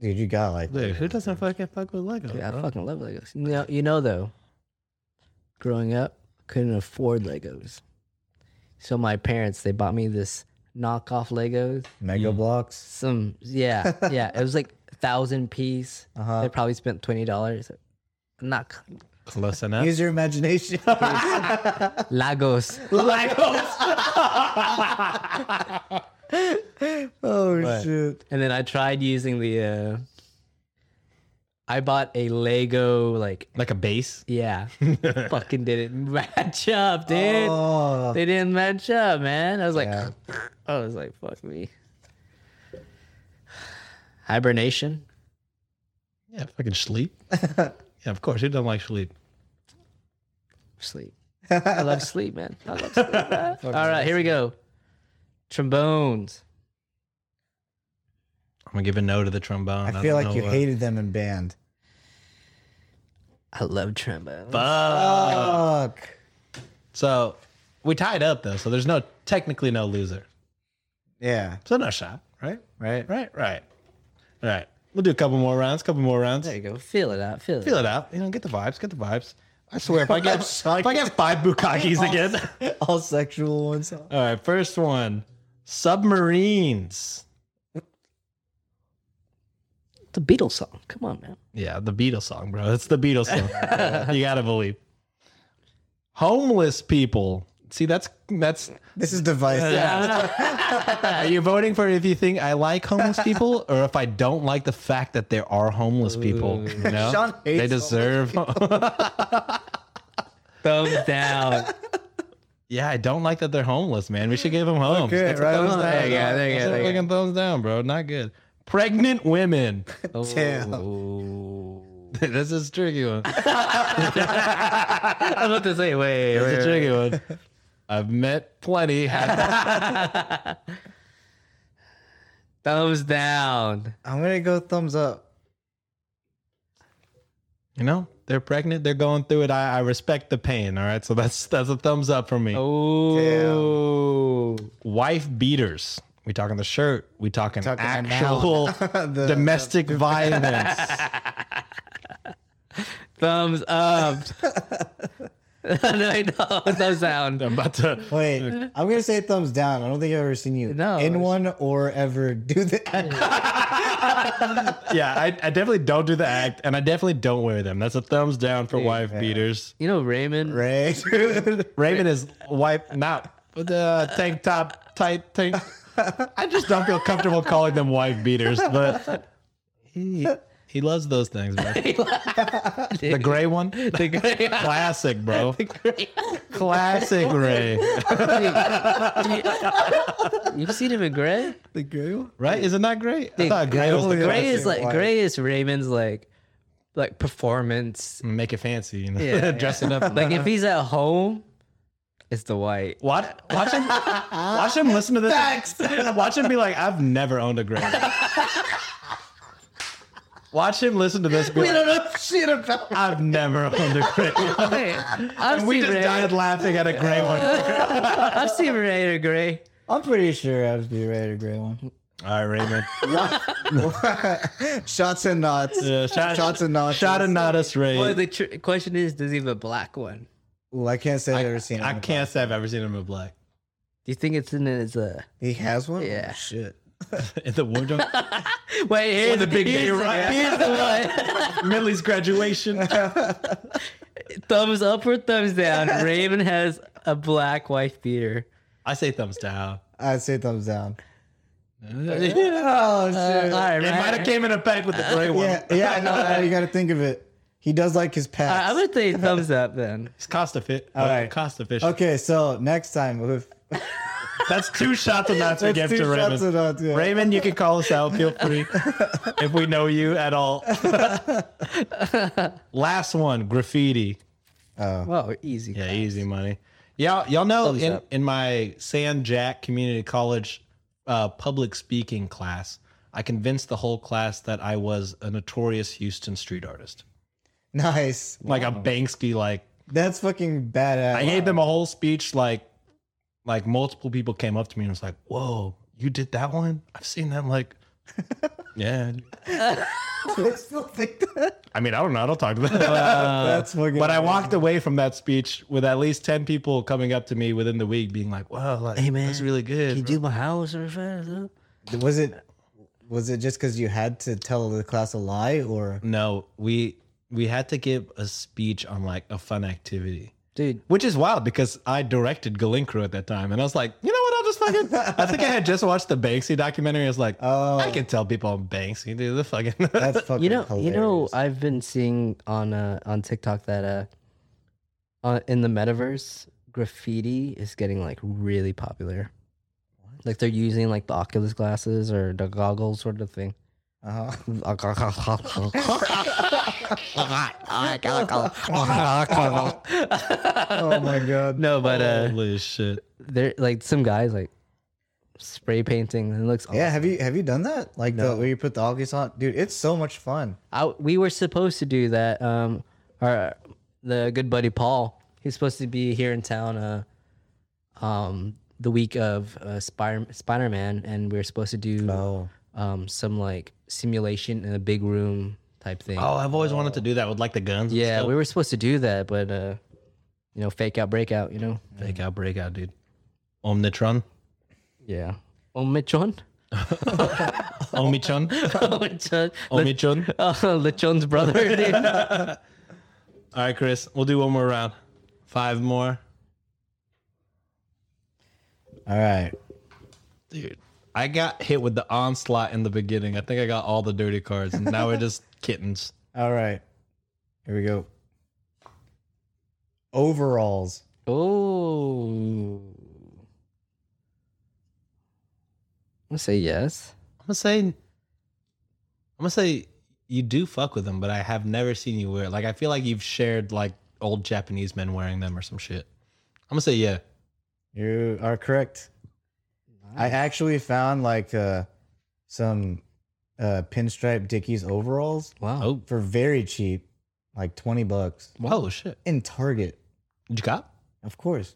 [SPEAKER 4] dude. You got like,
[SPEAKER 3] Dude, who doesn't fucking fuck with Lego?
[SPEAKER 2] Dude, I
[SPEAKER 3] bro?
[SPEAKER 2] fucking love Legos. You know, you know though, growing up, couldn't afford Legos. So my parents, they bought me this knockoff Legos.
[SPEAKER 4] mega
[SPEAKER 3] Mm.
[SPEAKER 4] blocks.
[SPEAKER 2] Some yeah, yeah. It was like thousand piece.
[SPEAKER 4] Uh-huh.
[SPEAKER 2] They probably spent twenty dollars. Not c-
[SPEAKER 3] Close enough.
[SPEAKER 4] Use
[SPEAKER 3] (laughs)
[SPEAKER 4] your imagination. (laughs)
[SPEAKER 2] Lagos.
[SPEAKER 4] oh
[SPEAKER 3] What?
[SPEAKER 4] shoot!
[SPEAKER 2] And then I tried using the uh I bought a Lego like
[SPEAKER 3] like a base.
[SPEAKER 4] (laughs)
[SPEAKER 2] yeah. fucking didn't match up, dude.
[SPEAKER 4] Oh,
[SPEAKER 2] They didn't match up, man. I was like
[SPEAKER 4] Yeah.
[SPEAKER 2] I was like, fuck me. Hibernation.
[SPEAKER 3] Yeah, fucking sleep. yeah, of course. Who doesn't like sleep?
[SPEAKER 2] Sleep. I love sleep, man. I love sleep.
[SPEAKER 4] (laughs)
[SPEAKER 2] man. All right, here we go. Trombones.
[SPEAKER 3] I'm gonna give a no to the trombone.
[SPEAKER 4] I feel
[SPEAKER 3] don't
[SPEAKER 4] like
[SPEAKER 3] know
[SPEAKER 4] you
[SPEAKER 3] what-
[SPEAKER 4] hated them in band.
[SPEAKER 2] I love trombones.
[SPEAKER 3] Fuck.
[SPEAKER 4] Fuck.
[SPEAKER 3] So we tied up though, so there's no technically no loser.
[SPEAKER 4] Yeah.
[SPEAKER 3] So no shot, right?
[SPEAKER 4] Right.
[SPEAKER 3] Right, right, right. We'll do a couple more rounds. Couple more rounds.
[SPEAKER 2] There you go. Feel it out. Feel,
[SPEAKER 3] Feel it out. You know, get the vibes. Get the vibes. I swear, if I
[SPEAKER 4] (laughs)
[SPEAKER 3] get if I get five bukakis again. (laughs)
[SPEAKER 4] All sexual ones.
[SPEAKER 3] All right, first one. Submarines.
[SPEAKER 2] It's a Beatles song. Come on, man.
[SPEAKER 3] Yeah, the Beatles song, bro. It's the Beatles
[SPEAKER 4] (laughs)
[SPEAKER 3] song. you gotta believe. Homeless people. See, that's that's.
[SPEAKER 4] This is divisive.
[SPEAKER 3] Are you voting for if you think I like homeless
[SPEAKER 4] (laughs)
[SPEAKER 3] people or if I don't like the fact that there are homeless people? You know,
[SPEAKER 4] Sean hates
[SPEAKER 3] they
[SPEAKER 4] homeless
[SPEAKER 3] deserve.
[SPEAKER 2] Thumbs down.
[SPEAKER 3] (laughs)
[SPEAKER 2] (laughs)
[SPEAKER 3] yeah, I don't like that they're homeless, man. We should give them homes.
[SPEAKER 4] Okay,
[SPEAKER 3] That's a
[SPEAKER 4] right on
[SPEAKER 3] thumbs
[SPEAKER 4] the-
[SPEAKER 3] down.
[SPEAKER 4] there you go,
[SPEAKER 2] there you go,
[SPEAKER 3] That's a
[SPEAKER 2] there you go.
[SPEAKER 3] fucking thumbs down, bro. Not good. Pregnant women. (laughs)
[SPEAKER 4] Damn.
[SPEAKER 3] this is a tricky one.
[SPEAKER 2] I was about to say, wait,
[SPEAKER 3] It's
[SPEAKER 2] wait,
[SPEAKER 3] a
[SPEAKER 2] wait.
[SPEAKER 3] tricky one. I've met plenty.
[SPEAKER 4] (laughs)
[SPEAKER 3] Had-
[SPEAKER 2] Thumbs down.
[SPEAKER 4] I'm gonna go thumbs up.
[SPEAKER 3] you know, they're pregnant. They're going through it. I, I respect the pain. All right, so that's that's a thumbs up from me.
[SPEAKER 2] Oh.
[SPEAKER 3] Wife beaters. We talking the shirt. We talking,
[SPEAKER 4] Talking
[SPEAKER 3] actual (laughs)
[SPEAKER 4] The-
[SPEAKER 3] domestic violence.
[SPEAKER 2] Thumbs (laughs) up. no, no, thumbs down.
[SPEAKER 3] I'm about to.
[SPEAKER 4] Wait, I'm gonna say thumbs down. I don't think I've ever seen you
[SPEAKER 2] No,
[SPEAKER 4] in
[SPEAKER 2] it's-
[SPEAKER 4] one or ever do
[SPEAKER 3] (laughs)
[SPEAKER 4] that.
[SPEAKER 3] Yeah, I, I definitely don't do the act, and I definitely don't wear them. That's a thumbs down for wife beaters.
[SPEAKER 2] You know Raymond?
[SPEAKER 4] (laughs) Right?
[SPEAKER 3] Raven is wife not with the tank top tight tank. I just don't feel comfortable calling them wife beaters, but he, He loves those things, bro. the gray one,
[SPEAKER 2] The (laughs) gray-
[SPEAKER 3] classic, bro.
[SPEAKER 2] the gray-
[SPEAKER 3] Classic gray,
[SPEAKER 2] You've seen him in (laughs) gray.
[SPEAKER 4] The gray one?
[SPEAKER 3] right? Isn't that great? I
[SPEAKER 2] Dude,
[SPEAKER 3] thought gray was the
[SPEAKER 4] only
[SPEAKER 2] Gray
[SPEAKER 3] classic.
[SPEAKER 2] is like
[SPEAKER 4] Why?
[SPEAKER 2] gray is Raymond's like, like performance.
[SPEAKER 3] make it fancy, you know,
[SPEAKER 2] (laughs)
[SPEAKER 3] (laughs)
[SPEAKER 2] Yeah,
[SPEAKER 3] dressing up.
[SPEAKER 2] Like if he's at home, it's the (laughs) white.
[SPEAKER 3] Watch, watch him, watch him listen to this. (laughs) Watch him be like, I've never owned a gray. watch him listen to this. Be
[SPEAKER 4] We
[SPEAKER 3] like,
[SPEAKER 4] don't know shit about
[SPEAKER 3] I've never owned a gray.
[SPEAKER 2] Hey, I've
[SPEAKER 3] And we
[SPEAKER 2] seen
[SPEAKER 3] just
[SPEAKER 2] Ray.
[SPEAKER 3] died laughing at a gray one.
[SPEAKER 2] I've seen Ray in a gray.
[SPEAKER 4] I'm pretty sure I'd be right a
[SPEAKER 3] (laughs)
[SPEAKER 4] gray one.
[SPEAKER 3] All right, Raymond.
[SPEAKER 4] Shots and knots.
[SPEAKER 3] Yeah, shot,
[SPEAKER 4] Shots and
[SPEAKER 3] not
[SPEAKER 4] notches.
[SPEAKER 3] Shot and not us, Ray.
[SPEAKER 2] Well, the tr- question is, does he have a black one?
[SPEAKER 4] Ooh, I can't say I've ever seen him.
[SPEAKER 3] I
[SPEAKER 4] in a
[SPEAKER 3] can't say I've ever seen him in black. (laughs)
[SPEAKER 2] Do you think it's in his uh?
[SPEAKER 4] black- He has one?
[SPEAKER 2] Yeah.
[SPEAKER 4] Oh, shit.
[SPEAKER 3] In the wardrobe.
[SPEAKER 2] Wait, here's
[SPEAKER 3] the big
[SPEAKER 2] here's
[SPEAKER 3] day,
[SPEAKER 2] the-
[SPEAKER 3] right?
[SPEAKER 2] Here's the one.
[SPEAKER 3] (laughs) Millie's graduation.
[SPEAKER 2] thumbs up or thumbs
[SPEAKER 3] (laughs)
[SPEAKER 2] down. Raymond has a black wife beater.
[SPEAKER 3] I say thumbs down.
[SPEAKER 4] I'd say thumbs down.
[SPEAKER 3] it
[SPEAKER 4] (laughs) Oh,
[SPEAKER 3] Uh,
[SPEAKER 4] shit.
[SPEAKER 2] all right,
[SPEAKER 3] might have came in a pack with the gray one.
[SPEAKER 4] (laughs) yeah, yeah, I know. now You got to think of it. He does like his
[SPEAKER 2] I,
[SPEAKER 4] pats.
[SPEAKER 2] am gonna say thumbs up
[SPEAKER 3] (laughs)
[SPEAKER 2] then.
[SPEAKER 3] It's uh, cost efficient.
[SPEAKER 4] All right.
[SPEAKER 3] Cost efficient.
[SPEAKER 4] okay, so next time, if,
[SPEAKER 3] That's two shots of that to
[SPEAKER 4] That's
[SPEAKER 3] give
[SPEAKER 4] (laughs) two
[SPEAKER 3] to
[SPEAKER 4] shots
[SPEAKER 3] Raymond.
[SPEAKER 4] of that, yeah.
[SPEAKER 3] Raymond, you can call us out. Feel
[SPEAKER 4] (laughs)
[SPEAKER 3] free if we know you at all. Last one, graffiti.
[SPEAKER 2] Wow, easy.
[SPEAKER 3] Yeah, easy money. Y'all, y'all know
[SPEAKER 2] Thumbs
[SPEAKER 3] in,
[SPEAKER 2] up.
[SPEAKER 3] in my San Jack Community College uh, public speaking class, I convinced the whole class that I was a notorious Houston street artist,
[SPEAKER 4] nice.
[SPEAKER 3] like a Banksy. Like
[SPEAKER 4] That's fucking badass.
[SPEAKER 3] I gave them a whole speech. Like, like multiple people came up to me and was like, "Whoa, you did that one? I've seen
[SPEAKER 2] (laughs)
[SPEAKER 3] that." Like, yeah.
[SPEAKER 4] (laughs) I still think that.
[SPEAKER 3] I mean, I don't know. I don't talk to them.
[SPEAKER 4] That's fucking.
[SPEAKER 3] but I walked away from that speech with at least ten people coming up to me within the week, being like, "Wow, like,
[SPEAKER 2] Hey,
[SPEAKER 3] that's
[SPEAKER 2] man,
[SPEAKER 3] really good."
[SPEAKER 2] Can you
[SPEAKER 3] bro."
[SPEAKER 2] do my house or fast? huh?
[SPEAKER 4] Was it? Was it just because you had to tell the class a lie, (laughs) or
[SPEAKER 3] No, we we had to give a speech on like a fun activity,
[SPEAKER 2] Dude,
[SPEAKER 3] which is wild because I directed Galincro at that time, and I was like, you know what? I'll just fucking. I think I had just watched the Banksy documentary. I was like,
[SPEAKER 4] Oh.
[SPEAKER 3] I can tell people I'm Banksy, dude. The fucking. (laughs)
[SPEAKER 4] that's fucking
[SPEAKER 2] you know,
[SPEAKER 4] hilarious.
[SPEAKER 2] you know, I've been seeing on uh, on TikTok that uh, on, in the metaverse, graffiti is getting like really popular. Like they're using like the Oculus glasses or the goggles sort of
[SPEAKER 4] (laughs)
[SPEAKER 2] thing.
[SPEAKER 4] uh-huh.
[SPEAKER 2] no,
[SPEAKER 4] oh
[SPEAKER 2] (laughs)
[SPEAKER 4] my god,
[SPEAKER 2] but uh,
[SPEAKER 3] Holy shit!
[SPEAKER 2] they're like some guys like spray painting and it looks. Awesome.
[SPEAKER 4] yeah. Have you have you done that? Like the where you put the August on, dude. It's so much fun.
[SPEAKER 2] I, we were supposed to do that. Um, our the good buddy Paul, he's supposed to be here in town. Uh, um, the week of uh, Spider Spider Man, and we were supposed to do
[SPEAKER 4] Oh,
[SPEAKER 2] um some like simulation in a big room type thing.
[SPEAKER 3] Oh, I've always wanted to do that with like the guns. and
[SPEAKER 2] yeah,
[SPEAKER 3] stuff.
[SPEAKER 2] we were supposed to do that, but uh, you know, fake out, breakout. You know,
[SPEAKER 3] break out, break out, dude. Omnitron,
[SPEAKER 2] yeah. (laughs) Omichon,
[SPEAKER 3] Omichon,
[SPEAKER 2] (laughs) Oh, Omichon, Le-
[SPEAKER 3] Omichon.
[SPEAKER 2] (laughs) uh, Lechon's brother. dude.
[SPEAKER 3] All right, Chris, we'll do one more round. Five more.
[SPEAKER 4] all right.
[SPEAKER 3] dude. I got hit with the onslaught in the beginning. I think I got all the dirty cards, and now we're just kittens.
[SPEAKER 4] All right. Here we go. Overalls.
[SPEAKER 2] oh, I'm gonna say yes.
[SPEAKER 3] I'm gonna say, I'm gonna say, you do fuck with them, but I have never seen you wear. it. Like I feel like you've shared like old Japanese men wearing them or some shit. I'm gonna say yeah.
[SPEAKER 4] You are correct. I actually found like uh, some uh, pinstripe Dickies overalls
[SPEAKER 2] Wow.
[SPEAKER 3] Oh,
[SPEAKER 4] for very cheap, like twenty bucks
[SPEAKER 3] oh shit.
[SPEAKER 4] in Target.
[SPEAKER 3] Did you cop?
[SPEAKER 4] Of course,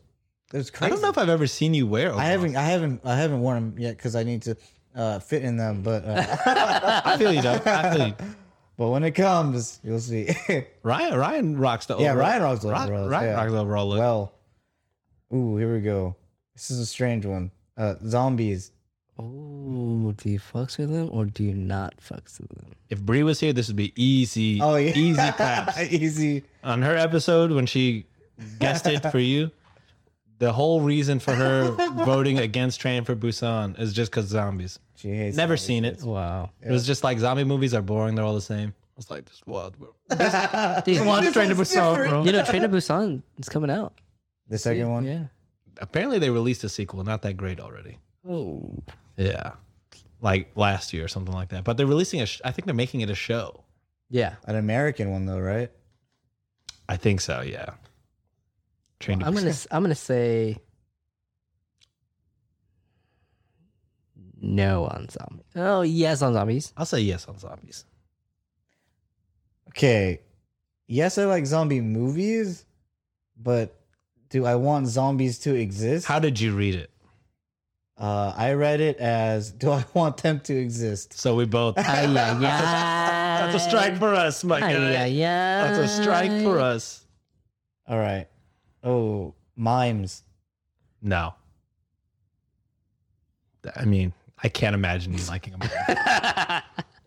[SPEAKER 4] it's crazy.
[SPEAKER 3] I don't know if I've ever seen you wear.
[SPEAKER 4] I
[SPEAKER 3] overalls.
[SPEAKER 4] haven't, I haven't, I haven't worn them yet because I need to uh, fit in them. But
[SPEAKER 3] (laughs)
[SPEAKER 4] uh,
[SPEAKER 3] I feel you. Though. I feel you. (laughs)
[SPEAKER 4] but when it comes, you'll see. (laughs)
[SPEAKER 3] Ryan Ryan rocks the
[SPEAKER 4] yeah,
[SPEAKER 3] overall-
[SPEAKER 4] Ryan rocks the
[SPEAKER 3] Ry-
[SPEAKER 4] overalls.
[SPEAKER 3] Ryan
[SPEAKER 4] yeah.
[SPEAKER 3] rocks the overall look.
[SPEAKER 4] Well, ooh, here we go. This is a strange one. Uh, zombies.
[SPEAKER 2] Oh, do you fucks with them or do you not fucks with them?
[SPEAKER 3] if Brie was here, this would be easy.
[SPEAKER 4] Oh yeah,
[SPEAKER 3] easy claps.
[SPEAKER 4] (laughs) easy.
[SPEAKER 3] on her episode when she guessed it for you, the whole reason for
[SPEAKER 4] (laughs)
[SPEAKER 3] her voting against Train for Busan is just because zombies.
[SPEAKER 4] She hates
[SPEAKER 3] Never seen it.
[SPEAKER 2] Wow.
[SPEAKER 3] It was just like zombie movies are boring. They're all the same. was like, this wild, bro.
[SPEAKER 2] (laughs) Dude,
[SPEAKER 3] Watch
[SPEAKER 4] This
[SPEAKER 3] Train to
[SPEAKER 4] one's
[SPEAKER 3] Busan,
[SPEAKER 4] different.
[SPEAKER 3] bro.
[SPEAKER 2] you know, Train to Busan is coming out.
[SPEAKER 4] The second one.
[SPEAKER 2] Yeah.
[SPEAKER 3] Apparently, they released a sequel, not that great already.
[SPEAKER 2] Oh.
[SPEAKER 3] Yeah, like last year or something like that. But they're releasing a. Sh- I think they're making it a show.
[SPEAKER 2] Yeah.
[SPEAKER 4] An American one though, right?
[SPEAKER 3] I think so. Yeah. Train to
[SPEAKER 2] I'm gonna
[SPEAKER 3] Busan.
[SPEAKER 2] s- I'm gonna say no on zombies. Oh yes on zombies.
[SPEAKER 3] I'll say yes on zombies.
[SPEAKER 4] Okay. Yes, I like zombie movies, but do I want zombies to exist?
[SPEAKER 3] How did you read it?
[SPEAKER 4] uh, I read it as (laughs) do I want them to exist?
[SPEAKER 3] So we both.
[SPEAKER 2] Ay, ay,
[SPEAKER 3] (laughs) That's a strike for us, my
[SPEAKER 2] Ay,
[SPEAKER 3] guy.
[SPEAKER 2] ay, ay.
[SPEAKER 3] That's a strike for us.
[SPEAKER 4] All right. Oh, mimes.
[SPEAKER 3] No. Th- I mean, I can't imagine you liking (laughs) a mime.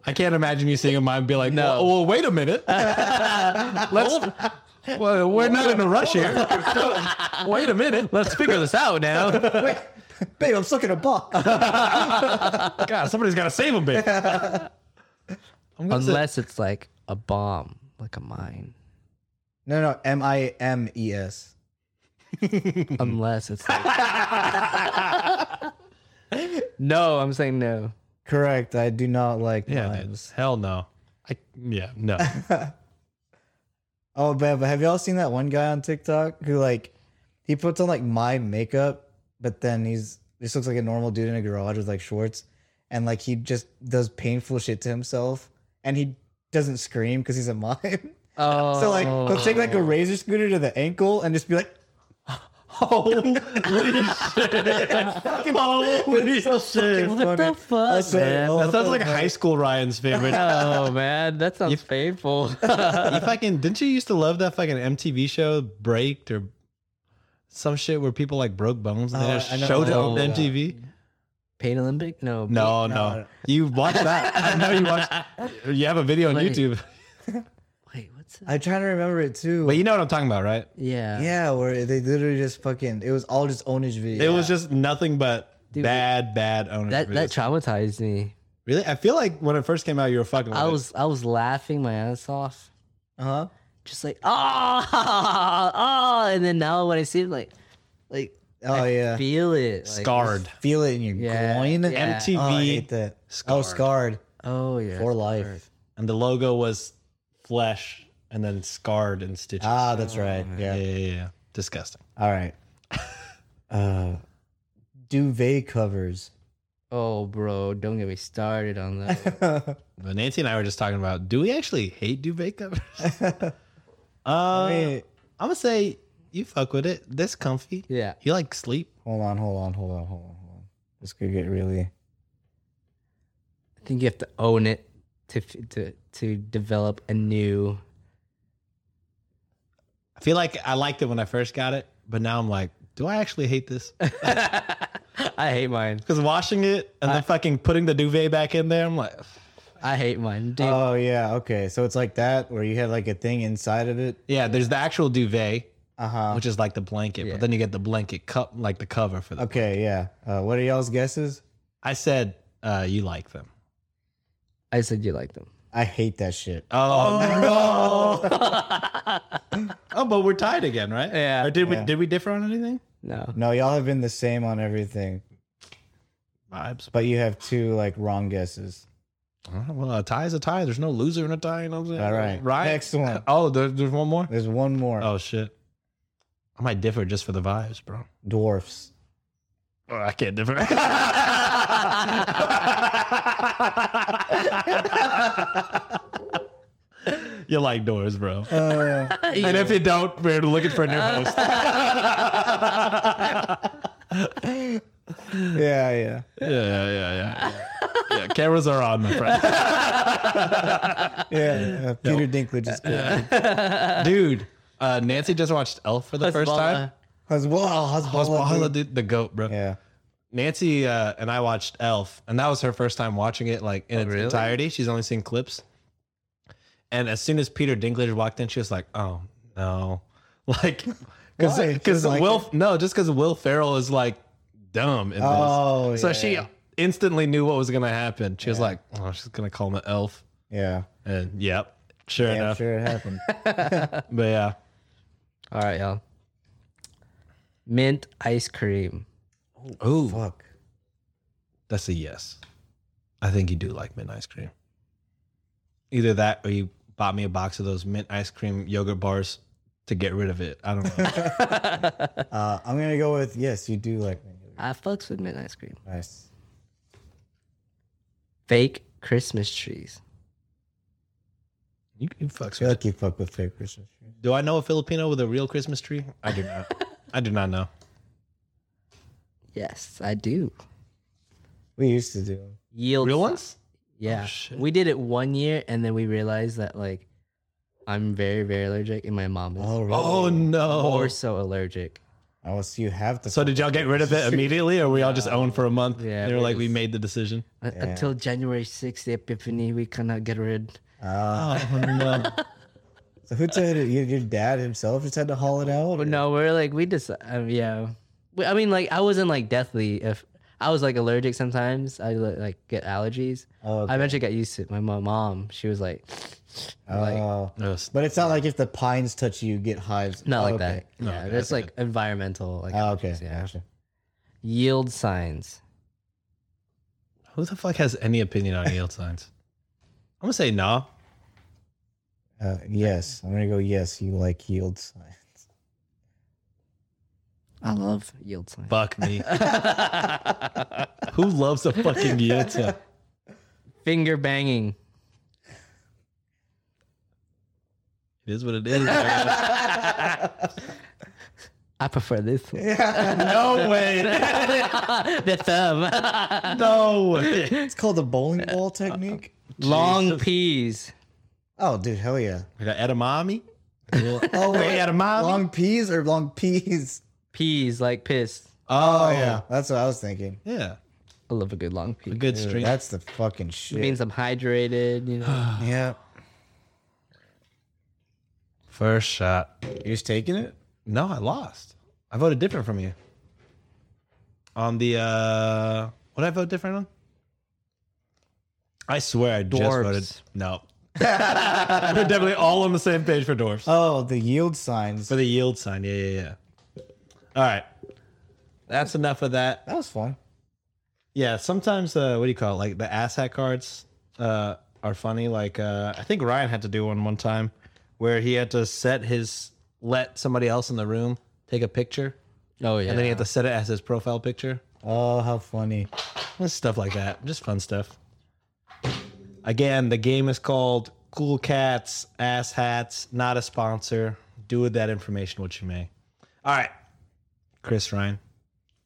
[SPEAKER 3] I can't imagine you seeing a mime and be like, no. Well, well, wait a (laughs) minute. Let's. Well, we're not in a rush here. wait a minute. Let's figure this out now.
[SPEAKER 4] (laughs) Wait, babe, I'm sucking a buck.
[SPEAKER 3] God, somebody's got to save him, babe. I'm gonna say-
[SPEAKER 2] Unless it's like a bomb, like a
[SPEAKER 4] (laughs)
[SPEAKER 2] mine.
[SPEAKER 4] (laughs) No, no, M I M E S.
[SPEAKER 2] Unless it's
[SPEAKER 4] (laughs)
[SPEAKER 2] like No, I'm saying no.
[SPEAKER 4] Correct. I do not like
[SPEAKER 3] yeah, dude,
[SPEAKER 4] mimes.
[SPEAKER 3] hell no. I, yeah, no.
[SPEAKER 4] Oh, man, but have y'all seen that one guy on TikTok who like he puts on like my makeup, but then he's just looks like a normal dude in a garage with like shorts, and like he just does painful shit to himself, and he doesn't scream because he's a (laughs) mime.
[SPEAKER 2] Oh
[SPEAKER 4] So like he'll take like a razor scooter to the ankle and just be like,
[SPEAKER 3] (laughs) Holy (laughs) shit. Holy shit.
[SPEAKER 4] fucking
[SPEAKER 2] What the
[SPEAKER 4] funny. I
[SPEAKER 2] fuck?
[SPEAKER 4] said,
[SPEAKER 2] man?
[SPEAKER 4] "Oh,
[SPEAKER 3] That sounds like
[SPEAKER 4] (laughs)
[SPEAKER 3] high school Ryan's favorite.
[SPEAKER 2] Oh man, that sounds
[SPEAKER 4] (laughs)
[SPEAKER 2] painful.
[SPEAKER 3] you fucking didn't you used to love that fucking MTV show Breaked or some shit where people like broke bones and
[SPEAKER 4] Oh,
[SPEAKER 3] they
[SPEAKER 4] I
[SPEAKER 3] just
[SPEAKER 4] know-
[SPEAKER 3] showed it
[SPEAKER 4] oh,
[SPEAKER 3] on
[SPEAKER 4] yeah.
[SPEAKER 3] MTV?
[SPEAKER 2] Pain Olympic? No.
[SPEAKER 3] No,
[SPEAKER 4] No,
[SPEAKER 3] no.
[SPEAKER 4] no.
[SPEAKER 3] You watch that. I know you watch you have a video on
[SPEAKER 2] Wait.
[SPEAKER 3] YouTube.
[SPEAKER 2] Wait, what's that?
[SPEAKER 4] I'm trying to remember it too.
[SPEAKER 3] But you know what I'm talking about, right?
[SPEAKER 2] Yeah.
[SPEAKER 4] yeah, where they literally just fucking it was all just ownage video.
[SPEAKER 3] It was just nothing but
[SPEAKER 2] Dude,
[SPEAKER 3] bad, bad owners.
[SPEAKER 2] That that
[SPEAKER 3] videos.
[SPEAKER 2] traumatized me.
[SPEAKER 3] really? I feel like when it first came out you were fucking with
[SPEAKER 2] I
[SPEAKER 3] it.
[SPEAKER 2] was I was laughing my ass off.
[SPEAKER 4] huh.
[SPEAKER 2] Just like ah ah and then now when I see it like like
[SPEAKER 4] Oh yeah,
[SPEAKER 2] feel it. like,
[SPEAKER 3] scarred.
[SPEAKER 4] feel it in your
[SPEAKER 2] Yeah,
[SPEAKER 4] groin.
[SPEAKER 2] yeah.
[SPEAKER 4] Oh, I
[SPEAKER 3] MTV
[SPEAKER 4] hate that. Oh,
[SPEAKER 3] Scarred.
[SPEAKER 4] scarred
[SPEAKER 2] Oh yeah.
[SPEAKER 4] for life.
[SPEAKER 3] and the logo was flesh and then scarred and stitches.
[SPEAKER 4] Ah, that's right.
[SPEAKER 3] yeah,
[SPEAKER 4] Yeah.
[SPEAKER 3] yeah, yeah, yeah. Disgusting.
[SPEAKER 4] All right. Uh, duvet covers.
[SPEAKER 2] Oh bro, don't get me started on (laughs) that.
[SPEAKER 3] But Nancy and I were just talking about do we actually hate duvet (laughs) covers? uh,
[SPEAKER 4] Wait,
[SPEAKER 3] I'm gonna say you fuck with it. This comfy.
[SPEAKER 2] yeah.
[SPEAKER 3] You like sleep.
[SPEAKER 4] hold on, hold on, hold on, hold on, hold on. This could get really.
[SPEAKER 2] I think you have to own it to f- to to develop a new
[SPEAKER 3] I feel like I liked it when I first got it, but now I'm like, do I actually hate this?
[SPEAKER 2] (laughs) I hate mine.
[SPEAKER 3] Because washing it and then fucking putting the duvet back in there, I'm like,
[SPEAKER 2] I hate mine. Dude,
[SPEAKER 4] Oh yeah, okay. So it's like that where you had like a thing inside of it.
[SPEAKER 3] yeah. There's the actual duvet,
[SPEAKER 4] Uh huh.
[SPEAKER 3] which is like the blanket,
[SPEAKER 2] Yeah.
[SPEAKER 3] but then you get the blanket cup, like the cover for the.
[SPEAKER 4] Okay, yeah. Uh, what are y'all's guesses?
[SPEAKER 3] I said uh, you like them.
[SPEAKER 2] I said you like them.
[SPEAKER 4] I hate that shit.
[SPEAKER 3] Oh, no! oh, but we're tied again, right?
[SPEAKER 2] Yeah.
[SPEAKER 3] Or did we
[SPEAKER 4] Yeah.
[SPEAKER 3] did we differ on anything?
[SPEAKER 2] No.
[SPEAKER 4] No, y'all have been the same on everything,
[SPEAKER 3] Vibes.
[SPEAKER 4] but you have two like wrong guesses.
[SPEAKER 3] Uh, Well, a tie is a tie. There's no loser in a tie. You know what I'm saying?
[SPEAKER 4] All right.
[SPEAKER 3] Right.
[SPEAKER 4] Next (laughs) one.
[SPEAKER 3] Oh, there, there's one more.
[SPEAKER 4] There's one more.
[SPEAKER 3] Oh shit. I might differ just for the vibes, bro.
[SPEAKER 4] Dwarfs.
[SPEAKER 3] Oh, I can't
[SPEAKER 4] (laughs)
[SPEAKER 3] differ. you like doors, bro. (laughs)
[SPEAKER 4] Uh,
[SPEAKER 3] and if you don't, we're looking for a new (laughs) host.
[SPEAKER 4] yeah,
[SPEAKER 3] yeah,
[SPEAKER 4] yeah.
[SPEAKER 3] yeah, yeah, yeah. Yeah, cameras are on, my friend. (laughs)
[SPEAKER 4] Yeah, yeah. Peter Dinklage is (laughs) good.
[SPEAKER 3] dude. Uh, Nancy just watched Elf for the first time.
[SPEAKER 4] Hezbollah, Hezbollah,
[SPEAKER 3] Hezbollah,
[SPEAKER 4] dude.
[SPEAKER 3] dude, the goat, bro.
[SPEAKER 4] Yeah.
[SPEAKER 3] Nancy uh, and I watched Elf, and that was her first time watching it like
[SPEAKER 4] Oh,
[SPEAKER 3] in its
[SPEAKER 2] really?
[SPEAKER 3] entirety. She's only seen clips. And as soon as Peter Dinklage walked in, she was like, "Oh no!" (laughs) Like, because
[SPEAKER 4] Why? She
[SPEAKER 3] because
[SPEAKER 4] doesn't like
[SPEAKER 3] Will no, just because Will Ferrell is like dumb. In
[SPEAKER 4] Oh,
[SPEAKER 3] this. so
[SPEAKER 4] yeah.
[SPEAKER 3] she instantly knew what was gonna happen. She was like, "Oh, she's gonna call him an elf,"
[SPEAKER 4] Yeah.
[SPEAKER 3] and yep, Sure
[SPEAKER 4] Yeah, I'm
[SPEAKER 3] enough.
[SPEAKER 4] sure it happened.
[SPEAKER 3] But yeah.
[SPEAKER 2] All right, y'all. Mint ice cream.
[SPEAKER 3] Ooh,
[SPEAKER 4] Fuck.
[SPEAKER 3] that's a yes. I think you do like mint ice cream. Either that or you bought me a box of those mint ice cream yogurt bars to get rid of it. I don't know.
[SPEAKER 4] Uh, I'm gonna go with yes. You do like me.
[SPEAKER 2] I fucks with mint ice cream.
[SPEAKER 4] Nice.
[SPEAKER 2] Fake Christmas trees.
[SPEAKER 3] (laughs) you can fuck
[SPEAKER 4] I feel like you fuck with fake Christmas trees.
[SPEAKER 3] Uh, Do I know a Filipino with a real Christmas tree? I do not. I do not know.
[SPEAKER 2] Yes, I do.
[SPEAKER 4] We used to do. 'em.
[SPEAKER 2] Yield
[SPEAKER 3] (laughs) Real
[SPEAKER 2] si-
[SPEAKER 3] ones?
[SPEAKER 2] Yeah.
[SPEAKER 3] shit.
[SPEAKER 2] we did it one year and then we realized that like I'm very, very allergic and my mom is
[SPEAKER 4] Oh, really?
[SPEAKER 3] Oh no.
[SPEAKER 2] more so allergic.
[SPEAKER 4] I will see you have the.
[SPEAKER 3] So did y'all get rid of it immediately or were y'all just owned for a month?
[SPEAKER 2] Yeah,
[SPEAKER 3] They were
[SPEAKER 2] we
[SPEAKER 3] like, we
[SPEAKER 2] just-
[SPEAKER 3] made the decision.
[SPEAKER 2] U- Uh, Until January 6th, the epiphany, we cannot get rid.
[SPEAKER 4] Uh,
[SPEAKER 3] (laughs) Oh no.
[SPEAKER 4] so who said it? Your, your dad himself just had to haul it out.
[SPEAKER 2] But no, we're like, we just, um, yeah. We- I mean, like, I wasn't like deathly. If I was like allergic sometimes, I like get allergies.
[SPEAKER 4] Oh,
[SPEAKER 2] I eventually got used to it. My mo- mom, she was like, like,
[SPEAKER 4] Oh.
[SPEAKER 3] No, it's-
[SPEAKER 4] but it's not like if the pines touch you, you get hives. Oh,
[SPEAKER 2] not like
[SPEAKER 4] Okay.
[SPEAKER 2] that. Yeah,
[SPEAKER 3] okay,
[SPEAKER 2] that's like environmental. Like,
[SPEAKER 4] Oh, okay.
[SPEAKER 2] yeah.
[SPEAKER 4] Gotcha.
[SPEAKER 2] Yield signs.
[SPEAKER 3] Who the fuck has any opinion on yield signs? I'm gonna say no.
[SPEAKER 4] Uh, yes, I'm gonna go. Yes, you like yield signs.
[SPEAKER 2] I love yield signs.
[SPEAKER 3] Fuck (laughs) me. Who loves a fucking yield sign?
[SPEAKER 2] Finger banging.
[SPEAKER 3] It is what it (laughs) is. I
[SPEAKER 2] I prefer this one. (laughs)
[SPEAKER 3] guess. no (laughs) way.
[SPEAKER 2] the (laughs) thumb.
[SPEAKER 3] No way.
[SPEAKER 4] It's called the bowling ball technique.
[SPEAKER 2] Long peas.
[SPEAKER 4] Oh, dude, hell yeah.
[SPEAKER 3] I got edamame.
[SPEAKER 4] Oh,
[SPEAKER 3] Hey, edamame.
[SPEAKER 4] long peas or long peas?
[SPEAKER 2] Peas like piss.
[SPEAKER 3] oh,
[SPEAKER 4] Oh yeah, that's what I was thinking.
[SPEAKER 3] Yeah.
[SPEAKER 2] I love a good long pee.
[SPEAKER 3] A good
[SPEAKER 4] Dude,
[SPEAKER 3] stream.
[SPEAKER 4] that's the fucking
[SPEAKER 2] It
[SPEAKER 4] shit.
[SPEAKER 2] means I'm hydrated, (sighs) you know.
[SPEAKER 4] (sighs) yeah,
[SPEAKER 3] First shot.
[SPEAKER 4] you're just taking it.
[SPEAKER 3] No, I lost. I voted different from you. On the uh what did I vote different on? I swear I
[SPEAKER 2] Dwarfs.
[SPEAKER 3] just voted no. (laughs) We're definitely all on the same page for dwarfs.
[SPEAKER 4] Oh, the yield signs.
[SPEAKER 3] For the yield sign, yeah, yeah, yeah. All right. That's enough of that.
[SPEAKER 4] that was fun.
[SPEAKER 3] Yeah, sometimes uh what do you call it? Like the ass hat cards uh are funny. Like uh I think Ryan had to do one one time where he had to set his let somebody else in the room take a picture
[SPEAKER 2] Oh yeah.
[SPEAKER 3] and then he had to set it as his profile picture.
[SPEAKER 4] Oh, how funny.
[SPEAKER 3] Just stuff like that. Just fun stuff. Again, the game is called Cool Cats, Ass Hats, not a sponsor. Do with that information what you may. All right. Chris Ryan,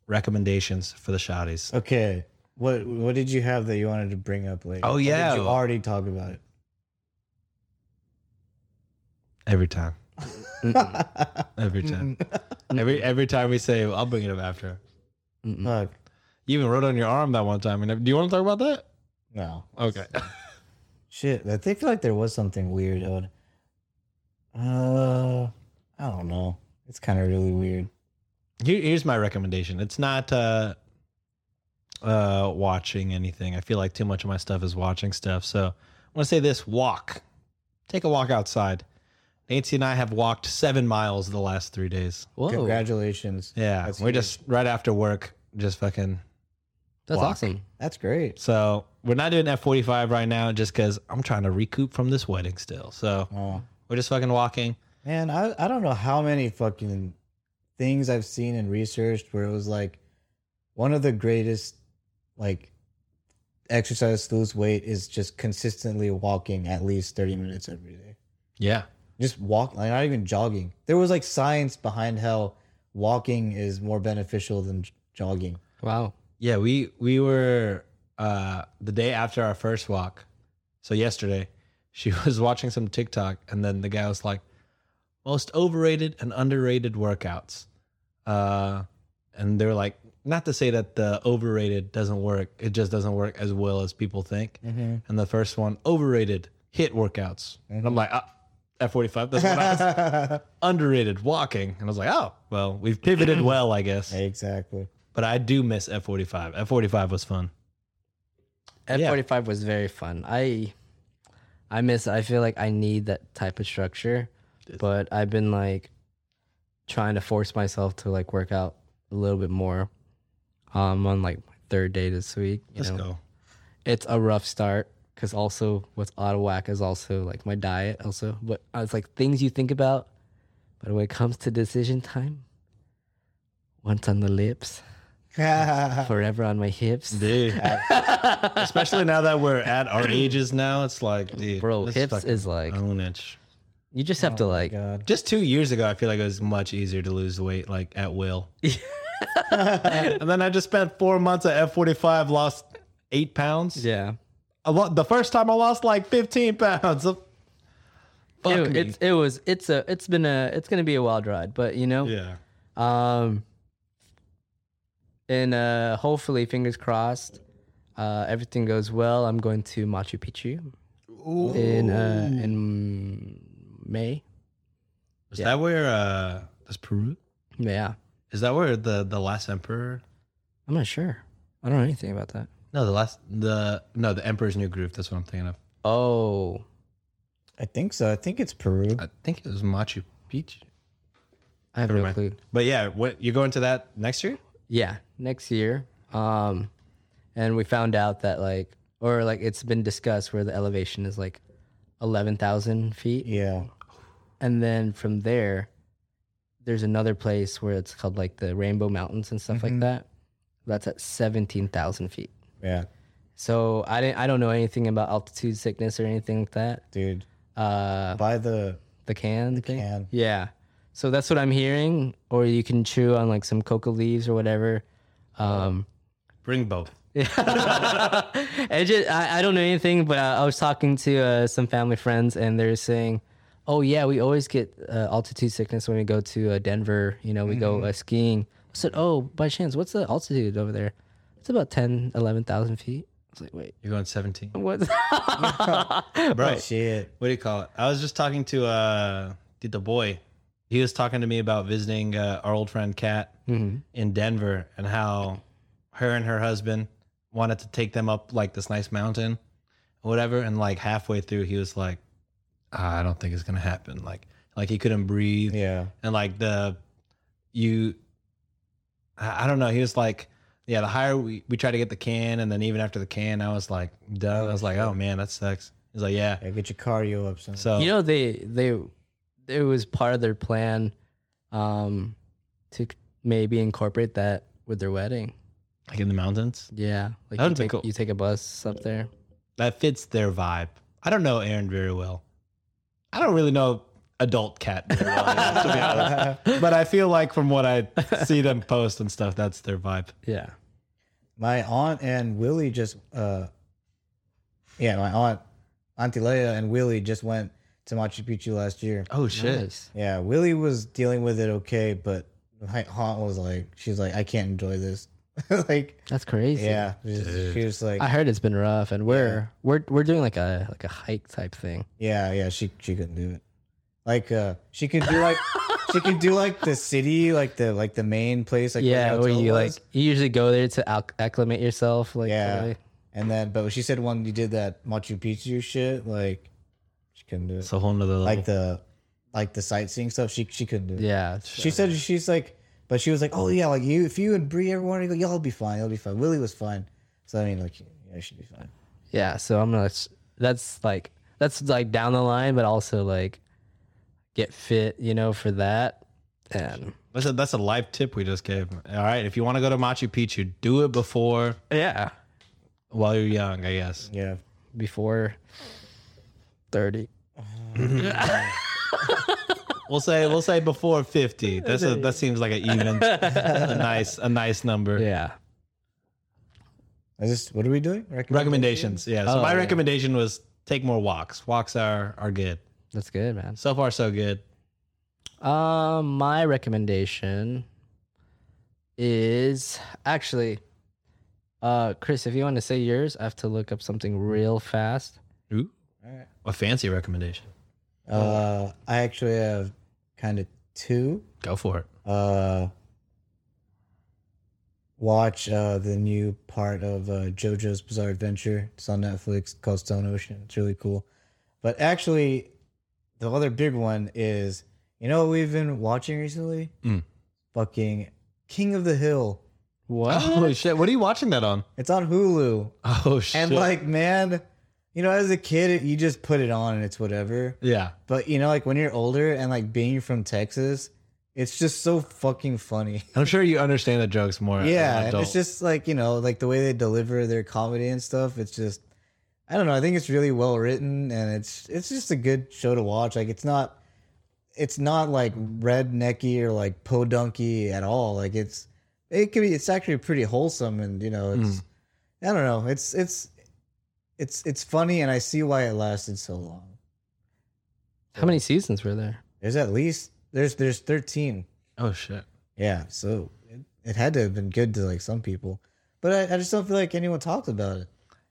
[SPEAKER 3] recommendations for the shotties.
[SPEAKER 4] Okay, what what did you have that you wanted to bring up later?
[SPEAKER 3] Oh,
[SPEAKER 4] Or did
[SPEAKER 3] yeah.
[SPEAKER 4] you already talk about it.
[SPEAKER 3] Every time. every time. (laughs) every every time we say, I'll bring it up after.
[SPEAKER 4] Fuck.
[SPEAKER 3] You even wrote on your arm that one time. We never- Do you want to talk about that?
[SPEAKER 4] No.
[SPEAKER 3] Okay. (laughs)
[SPEAKER 4] Shit, I think feel like there was something weird. On, uh, I don't know. It's kind of really weird.
[SPEAKER 3] Here, here's my recommendation. It's not uh, uh, watching anything. I feel like too much of my stuff is watching stuff. So I want to say this: walk, take a walk outside. Nancy and I have walked seven miles the last three days.
[SPEAKER 2] Whoa.
[SPEAKER 4] Congratulations.
[SPEAKER 3] Yeah,
[SPEAKER 4] That's
[SPEAKER 3] we're just right after work, just fucking.
[SPEAKER 2] That's
[SPEAKER 3] Walk.
[SPEAKER 2] awesome.
[SPEAKER 4] That's great.
[SPEAKER 3] So we're not doing F forty five right now, just because I'm trying to recoup from this wedding still. So
[SPEAKER 4] Oh.
[SPEAKER 3] we're just fucking walking.
[SPEAKER 4] Man, I, I don't know how many fucking things I've seen and researched where it was like one of the greatest like exercise to lose weight is just consistently walking at least 30 minutes every day.
[SPEAKER 3] Yeah,
[SPEAKER 4] Just walk, like not even jogging. There was like science behind how walking is more beneficial than j- jogging. (laughs)
[SPEAKER 2] Wow.
[SPEAKER 3] Yeah, we we were uh the day after our first walk. So yesterday, (laughs) she was watching some TikTok and then the guy was like most overrated and underrated workouts. Uh and they were like not to say that the overrated doesn't work. It just doesn't work as well as people think. And the first one, overrated hit workouts. And I'm like, ah, F45, that's what I
[SPEAKER 4] (laughs)
[SPEAKER 3] was. underrated walking. And I was like, oh, well, we've pivoted well, I guess.
[SPEAKER 4] exactly.
[SPEAKER 3] But I do miss F45. F45 was fun.
[SPEAKER 2] F forty five was very fun. I I miss. I feel like I need that type of structure,
[SPEAKER 3] Yes.
[SPEAKER 2] but I've been like trying to force myself to like work out a little bit more. Um, on like my third day this week. you
[SPEAKER 3] Let's
[SPEAKER 2] know.
[SPEAKER 3] go.
[SPEAKER 2] It's a rough start because also what's out of whack is also like my diet also, but uh, it's like things you think about, but when it comes to decision time, once on the lips, forever on my hips.
[SPEAKER 3] Dude. Especially now that we're at (clears throat) our ages now, it's like, dude,
[SPEAKER 2] Bro,
[SPEAKER 3] let's
[SPEAKER 2] hips
[SPEAKER 3] fucking oh
[SPEAKER 2] is like
[SPEAKER 3] own it.
[SPEAKER 2] you just have to like
[SPEAKER 4] God.
[SPEAKER 3] Just two years ago, I feel like it was much easier to lose weight, like at (laughs) will. and then I just spent four months at F45, lost eight pounds.
[SPEAKER 2] yeah.
[SPEAKER 3] I lo- the first time I lost like 15 pounds. (laughs) Fuck
[SPEAKER 2] It,
[SPEAKER 3] me.
[SPEAKER 2] it's it was it's a it's been a it's gonna be a wild ride, but you know,
[SPEAKER 3] yeah.
[SPEAKER 2] um, and uh, hopefully, fingers crossed, uh, everything goes well. I'm going to Machu Picchu in uh, in May.
[SPEAKER 3] Is that where, uh, that's Peru?
[SPEAKER 2] Yeah,
[SPEAKER 3] Is that where the, the last emperor?
[SPEAKER 2] I'm not sure. I don't know anything about that.
[SPEAKER 3] No, the last, the, no, the emperor's new groove. That's what I'm thinking of.
[SPEAKER 2] Oh,
[SPEAKER 4] I think so. I think it's Peru.
[SPEAKER 3] I think it was Machu Picchu.
[SPEAKER 2] I have
[SPEAKER 3] Never
[SPEAKER 2] no
[SPEAKER 3] mind.
[SPEAKER 2] clue.
[SPEAKER 3] But yeah, what, you're going to that next year?
[SPEAKER 2] Yeah, next year. Um, and we found out that like, or like, it's been discussed where the elevation is like eleven thousand feet.
[SPEAKER 4] Yeah.
[SPEAKER 2] and then from there there's another place where it's called like the rainbow mountains and stuff like that that's at 17000 feet
[SPEAKER 4] Yeah,
[SPEAKER 2] so i didn't i don't know anything about altitude sickness or anything like that
[SPEAKER 4] dude.
[SPEAKER 2] uh
[SPEAKER 4] By the
[SPEAKER 2] the can the thing
[SPEAKER 4] can.
[SPEAKER 2] yeah so that's what i'm hearing or you can chew on like some coca leaves or whatever um
[SPEAKER 3] Bring both.
[SPEAKER 2] it just, I, I don't know anything, but I, I was talking to uh, some family friends, and they're saying, "Oh yeah, we always get uh, altitude sickness when we go to uh, Denver. You know, we go uh, skiing." I said, "Oh, by chance, what's the altitude over there? It's about 10, 11,000 feet." I was like, "Wait,
[SPEAKER 3] You're going 17.
[SPEAKER 2] what?" (laughs)
[SPEAKER 3] Bro,
[SPEAKER 4] shit.
[SPEAKER 3] what do you call it? I was just talking to uh dude, the boy. He was talking to me about visiting uh, our old friend Kat in Denver and how her and her husband wanted to take them up like this nice mountain or whatever and like halfway through he was like "Ah, I don't think it's going to happen like like he couldn't breathe
[SPEAKER 4] Yeah.
[SPEAKER 3] and like the you I, I don't know he was like yeah the higher we, we try to get the can and then even after the can I was like done I was like oh man that sucks he's like yeah
[SPEAKER 4] yeah. Get your cardio up. Son.
[SPEAKER 3] so
[SPEAKER 2] you know, they they it was part of their plan um, to maybe incorporate that with their wedding.
[SPEAKER 3] like in the mountains.
[SPEAKER 2] Yeah, like you
[SPEAKER 3] That would've been
[SPEAKER 2] take-
[SPEAKER 3] cool.
[SPEAKER 2] you take a bus up there.
[SPEAKER 3] That fits their vibe. I don't know Aaron very well. I don't really know adult cat very well, to
[SPEAKER 4] (laughs)
[SPEAKER 3] be honest. But I feel like from what I see them post and stuff, that's their vibe.
[SPEAKER 2] Yeah.
[SPEAKER 4] my aunt and Willie just uh yeah, my aunt Auntie Leia and Willie just went to Machu Picchu last year.
[SPEAKER 3] Oh shit.
[SPEAKER 2] Nice.
[SPEAKER 4] Yeah, Willie was dealing with it okay, but my aunt was like she's like, I can't enjoy this. (laughs) like
[SPEAKER 2] That's crazy.
[SPEAKER 4] yeah. She was, she was like
[SPEAKER 2] I heard it's been rough, and we're we're we're doing like a like a hike type thing.
[SPEAKER 4] Yeah, yeah, she she couldn't do it. Like uh she could do like she could do like the city, like the like the main place like where the
[SPEAKER 2] yeah, where
[SPEAKER 4] hotel
[SPEAKER 2] you
[SPEAKER 4] was.
[SPEAKER 2] like you usually go there to acc- acclimate yourself. Like
[SPEAKER 4] Yeah.
[SPEAKER 2] really.
[SPEAKER 4] and then but she said when you did that Machu Picchu shit, like she couldn't do it.
[SPEAKER 3] It's a whole nother level.
[SPEAKER 4] like the like the sightseeing stuff. She she couldn't do. It.
[SPEAKER 2] yeah.
[SPEAKER 4] She said she's like, but she was like, oh yeah, like you, if you and Brie, everyone, you go, y'all be fine. You'll be fine. Willie was fine. So I mean, like, yeah, she'd be fine.
[SPEAKER 2] yeah. So I'm gonna. s- That's like that's like down the line, but also like get fit, you know, for that. And
[SPEAKER 3] that's a, that's a life tip we just gave. All right, if you want to go to Machu Picchu, do it before
[SPEAKER 2] yeah,
[SPEAKER 3] while you're young, I guess.
[SPEAKER 4] Yeah.
[SPEAKER 2] before thirty.
[SPEAKER 3] We'll say we'll say before 50. That's a, that seems like an even a nice a nice number.
[SPEAKER 2] Yeah.
[SPEAKER 4] I just, what are we doing? Recommend-
[SPEAKER 3] Recommendations. Yeah. So
[SPEAKER 2] Oh,
[SPEAKER 3] my
[SPEAKER 2] yeah.
[SPEAKER 3] recommendation was take more walks. Walks are are good.
[SPEAKER 2] That's good, man.
[SPEAKER 3] So far so good.
[SPEAKER 2] Um, my recommendation is actually, uh, Chris, if you want to say yours, I have to look up something real fast.
[SPEAKER 3] Ooh.
[SPEAKER 4] Alright.
[SPEAKER 3] A fancy recommendation.
[SPEAKER 4] Uh, I actually have kind of two.
[SPEAKER 3] Go for it.
[SPEAKER 4] Uh, watch uh the new part of uh, JoJo's Bizarre Adventure. It's on Netflix. Called Stone Ocean. It's really cool. But actually, the other big one is you know what we've been watching recently?
[SPEAKER 3] Mm.
[SPEAKER 4] Fucking King of the Hill.
[SPEAKER 2] What?
[SPEAKER 3] Oh shit! What are you watching that on?
[SPEAKER 4] It's on Hulu.
[SPEAKER 3] (laughs) Oh shit!
[SPEAKER 4] And like, man, you know, as a kid, it- you just put it on and it's whatever.
[SPEAKER 3] yeah,
[SPEAKER 4] But you know, like when you're older and like being from Texas, it's just so fucking funny. (laughs)
[SPEAKER 3] I'm sure you understand the jokes more. as an
[SPEAKER 4] yeah, and
[SPEAKER 3] adult.
[SPEAKER 4] it's just like you know, like the way they deliver their comedy and stuff. It's just, I don't know. I think it's really well written, and it's it's just a good show to watch. Like it's not, it's not like rednecky or like podunky at all. Like it's it could be. It's actually pretty wholesome, and you know, it's
[SPEAKER 3] Hmm.
[SPEAKER 4] I don't know. It's it's it's it's funny, and I see why it lasted so long.
[SPEAKER 2] How many seasons were there?
[SPEAKER 4] There's at least there's there's thirteen.
[SPEAKER 3] oh shit.
[SPEAKER 4] Yeah, so it, it had to have been good to like some people, but I, I just don't feel like anyone talks about it.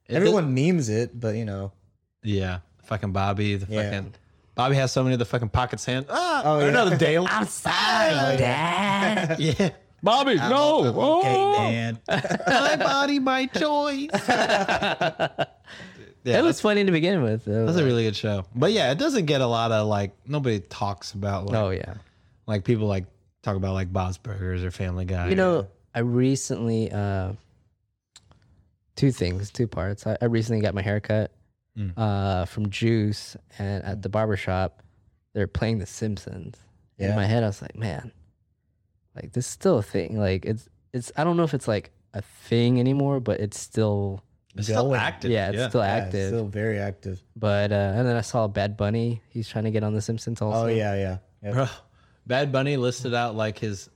[SPEAKER 3] It
[SPEAKER 4] Everyone memes it, but you know,
[SPEAKER 3] Yeah, fucking Bobby. The
[SPEAKER 4] Yeah.
[SPEAKER 3] fucking Bobby has so many of the fucking pockets hand. Ah,
[SPEAKER 4] Oh,
[SPEAKER 3] or
[SPEAKER 4] yeah.
[SPEAKER 3] another
[SPEAKER 4] (laughs)
[SPEAKER 3] Dale.
[SPEAKER 2] I'm sorry, Dad.
[SPEAKER 3] (laughs) yeah, Bobby. no, oh, (laughs)
[SPEAKER 4] man.
[SPEAKER 3] my body, my (laughs) choice. yeah,
[SPEAKER 2] it was funny to begin with. though.
[SPEAKER 3] That's a really good show. But yeah, it doesn't get a lot of like nobody talks about like,
[SPEAKER 2] oh yeah.
[SPEAKER 3] like people like talk about like Bob's Burgers or Family Guy.
[SPEAKER 2] You know, I recently uh two things, two parts. I, I recently got my haircut
[SPEAKER 3] Mm.
[SPEAKER 2] uh from Juice and at the barber shop, they're playing The Simpsons. In
[SPEAKER 4] Yeah.
[SPEAKER 2] my head I was like, man, like this is still a thing. Like it's it's I don't know if it's like a thing anymore, but it's still
[SPEAKER 3] it's still
[SPEAKER 4] going.
[SPEAKER 3] active.
[SPEAKER 2] yeah, it's still
[SPEAKER 4] Yeah, it's
[SPEAKER 2] active.
[SPEAKER 4] still very active.
[SPEAKER 2] But uh and then I saw Bad Bunny, he's trying to get on The Simpsons also.
[SPEAKER 4] Oh yeah, yeah. Yep.
[SPEAKER 3] Bro, Bad Bunny listed out like his.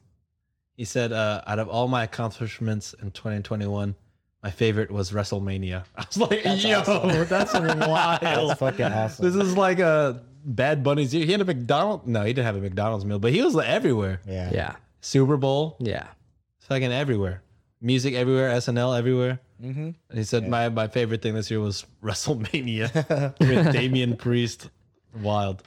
[SPEAKER 3] He said, uh, "Out of all my accomplishments in 2021, my favorite was WrestleMania." (laughs) I was like, "Yo, (laughs) that's wild!
[SPEAKER 4] (laughs) That's fucking awesome.
[SPEAKER 3] this is like a Bad Bunny's year. He had a McDonald's. No, he didn't have a McDonald's meal, but he was like, everywhere.
[SPEAKER 4] yeah.
[SPEAKER 2] Yeah.
[SPEAKER 3] Super Bowl,
[SPEAKER 2] Yeah.
[SPEAKER 3] fucking everywhere. Music everywhere, SNL everywhere."
[SPEAKER 4] Mm-hmm.
[SPEAKER 3] And he said, "My my favorite thing this year was (laughs) WrestleMania with Damian Priest. Wild.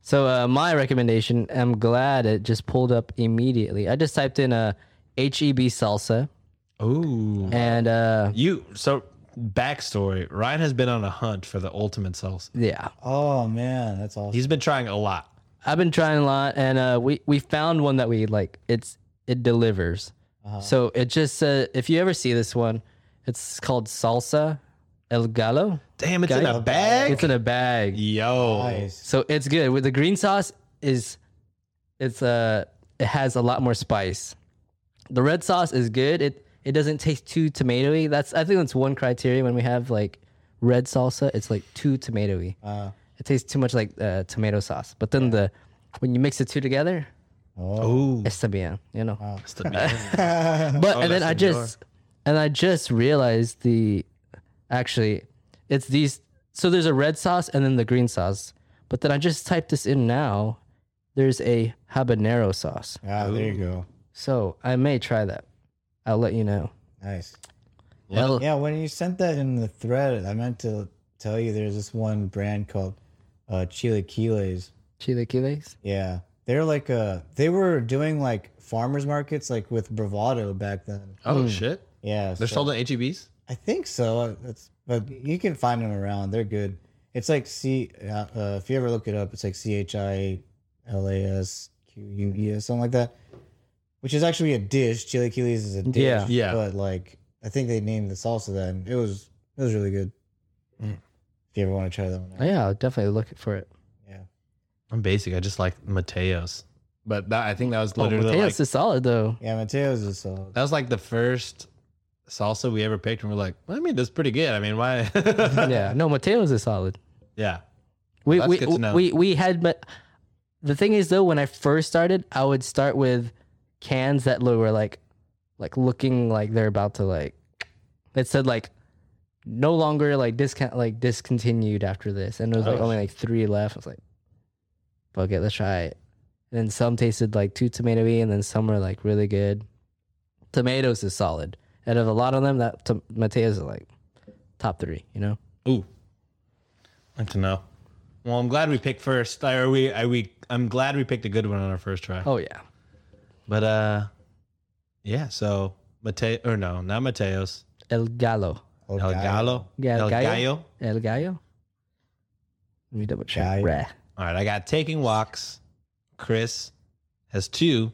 [SPEAKER 2] So uh, my recommendation, I'm glad it just pulled up immediately. I just typed in uh, a HEB salsa
[SPEAKER 3] Ooh,
[SPEAKER 2] and uh,
[SPEAKER 3] You so backstory. Ryan has been on a hunt for the ultimate salsa.
[SPEAKER 2] yeah,
[SPEAKER 4] Oh man, that's awesome.
[SPEAKER 3] He's been trying a lot.
[SPEAKER 2] I've been trying a lot and uh, we we found one that we like. It's it delivers. So it just uh, if you ever see this one, it's called salsa el gallo.
[SPEAKER 3] Damn, it's in
[SPEAKER 2] Guy-
[SPEAKER 3] a bag.
[SPEAKER 2] It's in a bag.
[SPEAKER 3] Yo,
[SPEAKER 4] (laughs) nice.
[SPEAKER 2] So it's good. With the green sauce is it's uh it has a lot more spice. The red sauce is good. It it doesn't taste too tomatoey. That's I think that's one criteria when we have like red salsa, it's like too tomatoey.
[SPEAKER 4] Uh,
[SPEAKER 2] It tastes too much like uh, tomato sauce. But then the when you mix the two together,
[SPEAKER 4] oh,
[SPEAKER 3] Ooh,
[SPEAKER 2] it's the bien, you know.
[SPEAKER 3] it's (laughs) the man.
[SPEAKER 2] But and then
[SPEAKER 3] Oh, that's
[SPEAKER 2] I
[SPEAKER 3] in your-
[SPEAKER 2] just and I just realized the actually it's these so there's a red sauce and then the green sauce. But then I just typed this in now. There's a habanero sauce.
[SPEAKER 4] ah, there you go.
[SPEAKER 2] So I may try that. I'll let you know.
[SPEAKER 4] Nice.
[SPEAKER 2] Hell-
[SPEAKER 4] Yeah, when you sent that in the thread, I meant to tell you there's this one brand called uh, Chilaquiles.
[SPEAKER 2] Chilaquiles?
[SPEAKER 4] Yeah, they're like uh they were doing like farmers markets like with bravado back then.
[SPEAKER 3] oh shit,
[SPEAKER 4] Yeah,
[SPEAKER 3] they're
[SPEAKER 4] so-
[SPEAKER 3] sold E at HEBs.
[SPEAKER 4] I think so. Uh, That's but you can find them around. They're good. It's like C. Uh, uh, if you ever look it up, it's like C H I L A S Q U E S something like that. Which is actually a dish. Chilaquiles is a dish.
[SPEAKER 2] Yeah.
[SPEAKER 3] Yeah.
[SPEAKER 4] But like, I think they named the salsa that, and it was it was really good.
[SPEAKER 3] Mm.
[SPEAKER 4] If you ever want to try that one, out.
[SPEAKER 2] Oh, yeah, I'll definitely look for it.
[SPEAKER 4] yeah.
[SPEAKER 3] I'm basic. I just like Mateos, but that, I think that was
[SPEAKER 2] Oh,
[SPEAKER 3] literally
[SPEAKER 2] Mateos
[SPEAKER 3] like,
[SPEAKER 2] is solid
[SPEAKER 3] (laughs)
[SPEAKER 2] though.
[SPEAKER 4] Yeah, Mateo's is uh, solid.
[SPEAKER 3] that was like the first salsa we ever picked, and we're like, well, I mean, that's pretty good. I mean, why? (laughs)
[SPEAKER 2] yeah, no, Mateos is solid.
[SPEAKER 3] yeah,
[SPEAKER 2] We
[SPEAKER 3] That's
[SPEAKER 2] we,
[SPEAKER 3] good to know.
[SPEAKER 2] we we had but the thing is though when I first started I would start with cans that lo- were like like looking like they're about to like it said like no longer like discount like discontinued after this and there was like
[SPEAKER 3] Oh,
[SPEAKER 2] only like three left I was like fuck it let's try it and then some tasted like too tomatoey and then some were like really good tomatoes is solid out of a lot of them that to- Mateos is like top three you know
[SPEAKER 3] Ooh, like to know. Well, I'm glad we picked first. Are we? Are we? I'm glad we picked a good one on our first try.
[SPEAKER 2] oh yeah
[SPEAKER 3] But uh, yeah. So Mateo or no, not Mateos.
[SPEAKER 2] El Gallo
[SPEAKER 4] Oh,
[SPEAKER 3] El
[SPEAKER 4] God.
[SPEAKER 3] Gallo.
[SPEAKER 2] Yeah,
[SPEAKER 3] El
[SPEAKER 2] Gallo.
[SPEAKER 3] Gallo.
[SPEAKER 2] El Gallo Let me double check.
[SPEAKER 4] Yeah, I-
[SPEAKER 2] Bruh.
[SPEAKER 3] All right, I got taking walks. Chris has two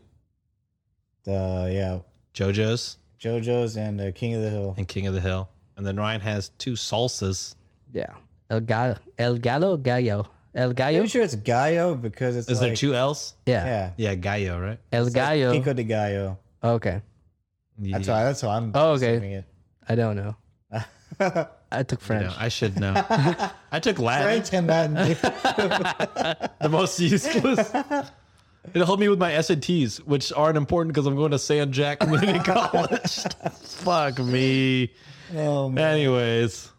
[SPEAKER 4] Uh, yeah,
[SPEAKER 3] JoJo's
[SPEAKER 4] JoJo's and uh, King of the Hill.
[SPEAKER 3] and King of the Hill, and then Ryan has two salsas.
[SPEAKER 2] Yeah. El Gallo. El Gallo. Gallo. El Gallo.
[SPEAKER 4] Pretty sure it's Gallo because it's
[SPEAKER 3] Is
[SPEAKER 4] like,
[SPEAKER 3] there two L's?
[SPEAKER 2] Yeah.
[SPEAKER 4] Yeah,
[SPEAKER 3] Yeah, Gallo, right?
[SPEAKER 2] El
[SPEAKER 4] It's like
[SPEAKER 2] Gallo.
[SPEAKER 4] Pico de Gallo.
[SPEAKER 2] okay.
[SPEAKER 4] That's
[SPEAKER 3] Yeah.
[SPEAKER 4] why. That's why I'm.
[SPEAKER 2] Oh, okay.
[SPEAKER 4] assuming
[SPEAKER 2] I don't know.
[SPEAKER 4] It.
[SPEAKER 2] I took
[SPEAKER 3] You know,
[SPEAKER 2] French.
[SPEAKER 3] I should (laughs) know. I took Latin,
[SPEAKER 4] French and Latin.
[SPEAKER 3] the most useless. (laughs) It'll help me with my SATs, which aren't important because I'm going to San Jack Community (laughs) College. Fuck me.
[SPEAKER 4] (laughs) oh man.
[SPEAKER 3] Anyways,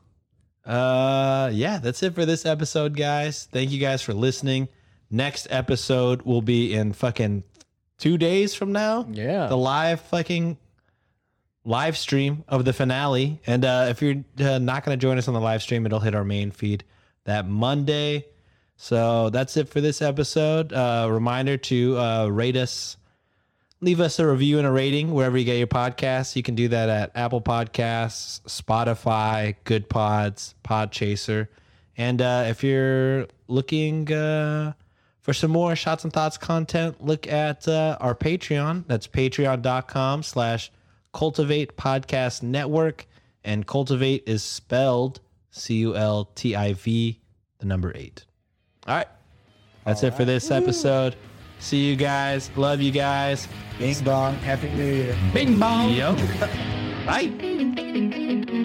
[SPEAKER 3] uh, yeah, that's it for this episode, guys. Thank you guys for listening. Next episode will be in fucking two days from now.
[SPEAKER 2] Yeah.
[SPEAKER 3] the live fucking live stream of the finale. And uh, if you're uh, not going to join us on the live stream, it'll hit our main feed that Monday. So that's it for this episode. Uh, reminder to uh, rate us leave us a review and a rating wherever you get your podcasts. You can do that at Apple Podcasts, Spotify, Good Pods, Podchaser. And uh, if you're looking uh, for some more Shots and Thoughts content, look at uh, our Patreon. That's patreon.com slash Cultivate Podcast Network. And Cultivate is spelled C-U-L-T-I-V, the number eight. All right. That's it for this episode. See you guys. Love you guys.
[SPEAKER 4] Bing bong. Happy New Year. (laughs)
[SPEAKER 3] Bing bong. Yo. Bye.
[SPEAKER 5] Thank you.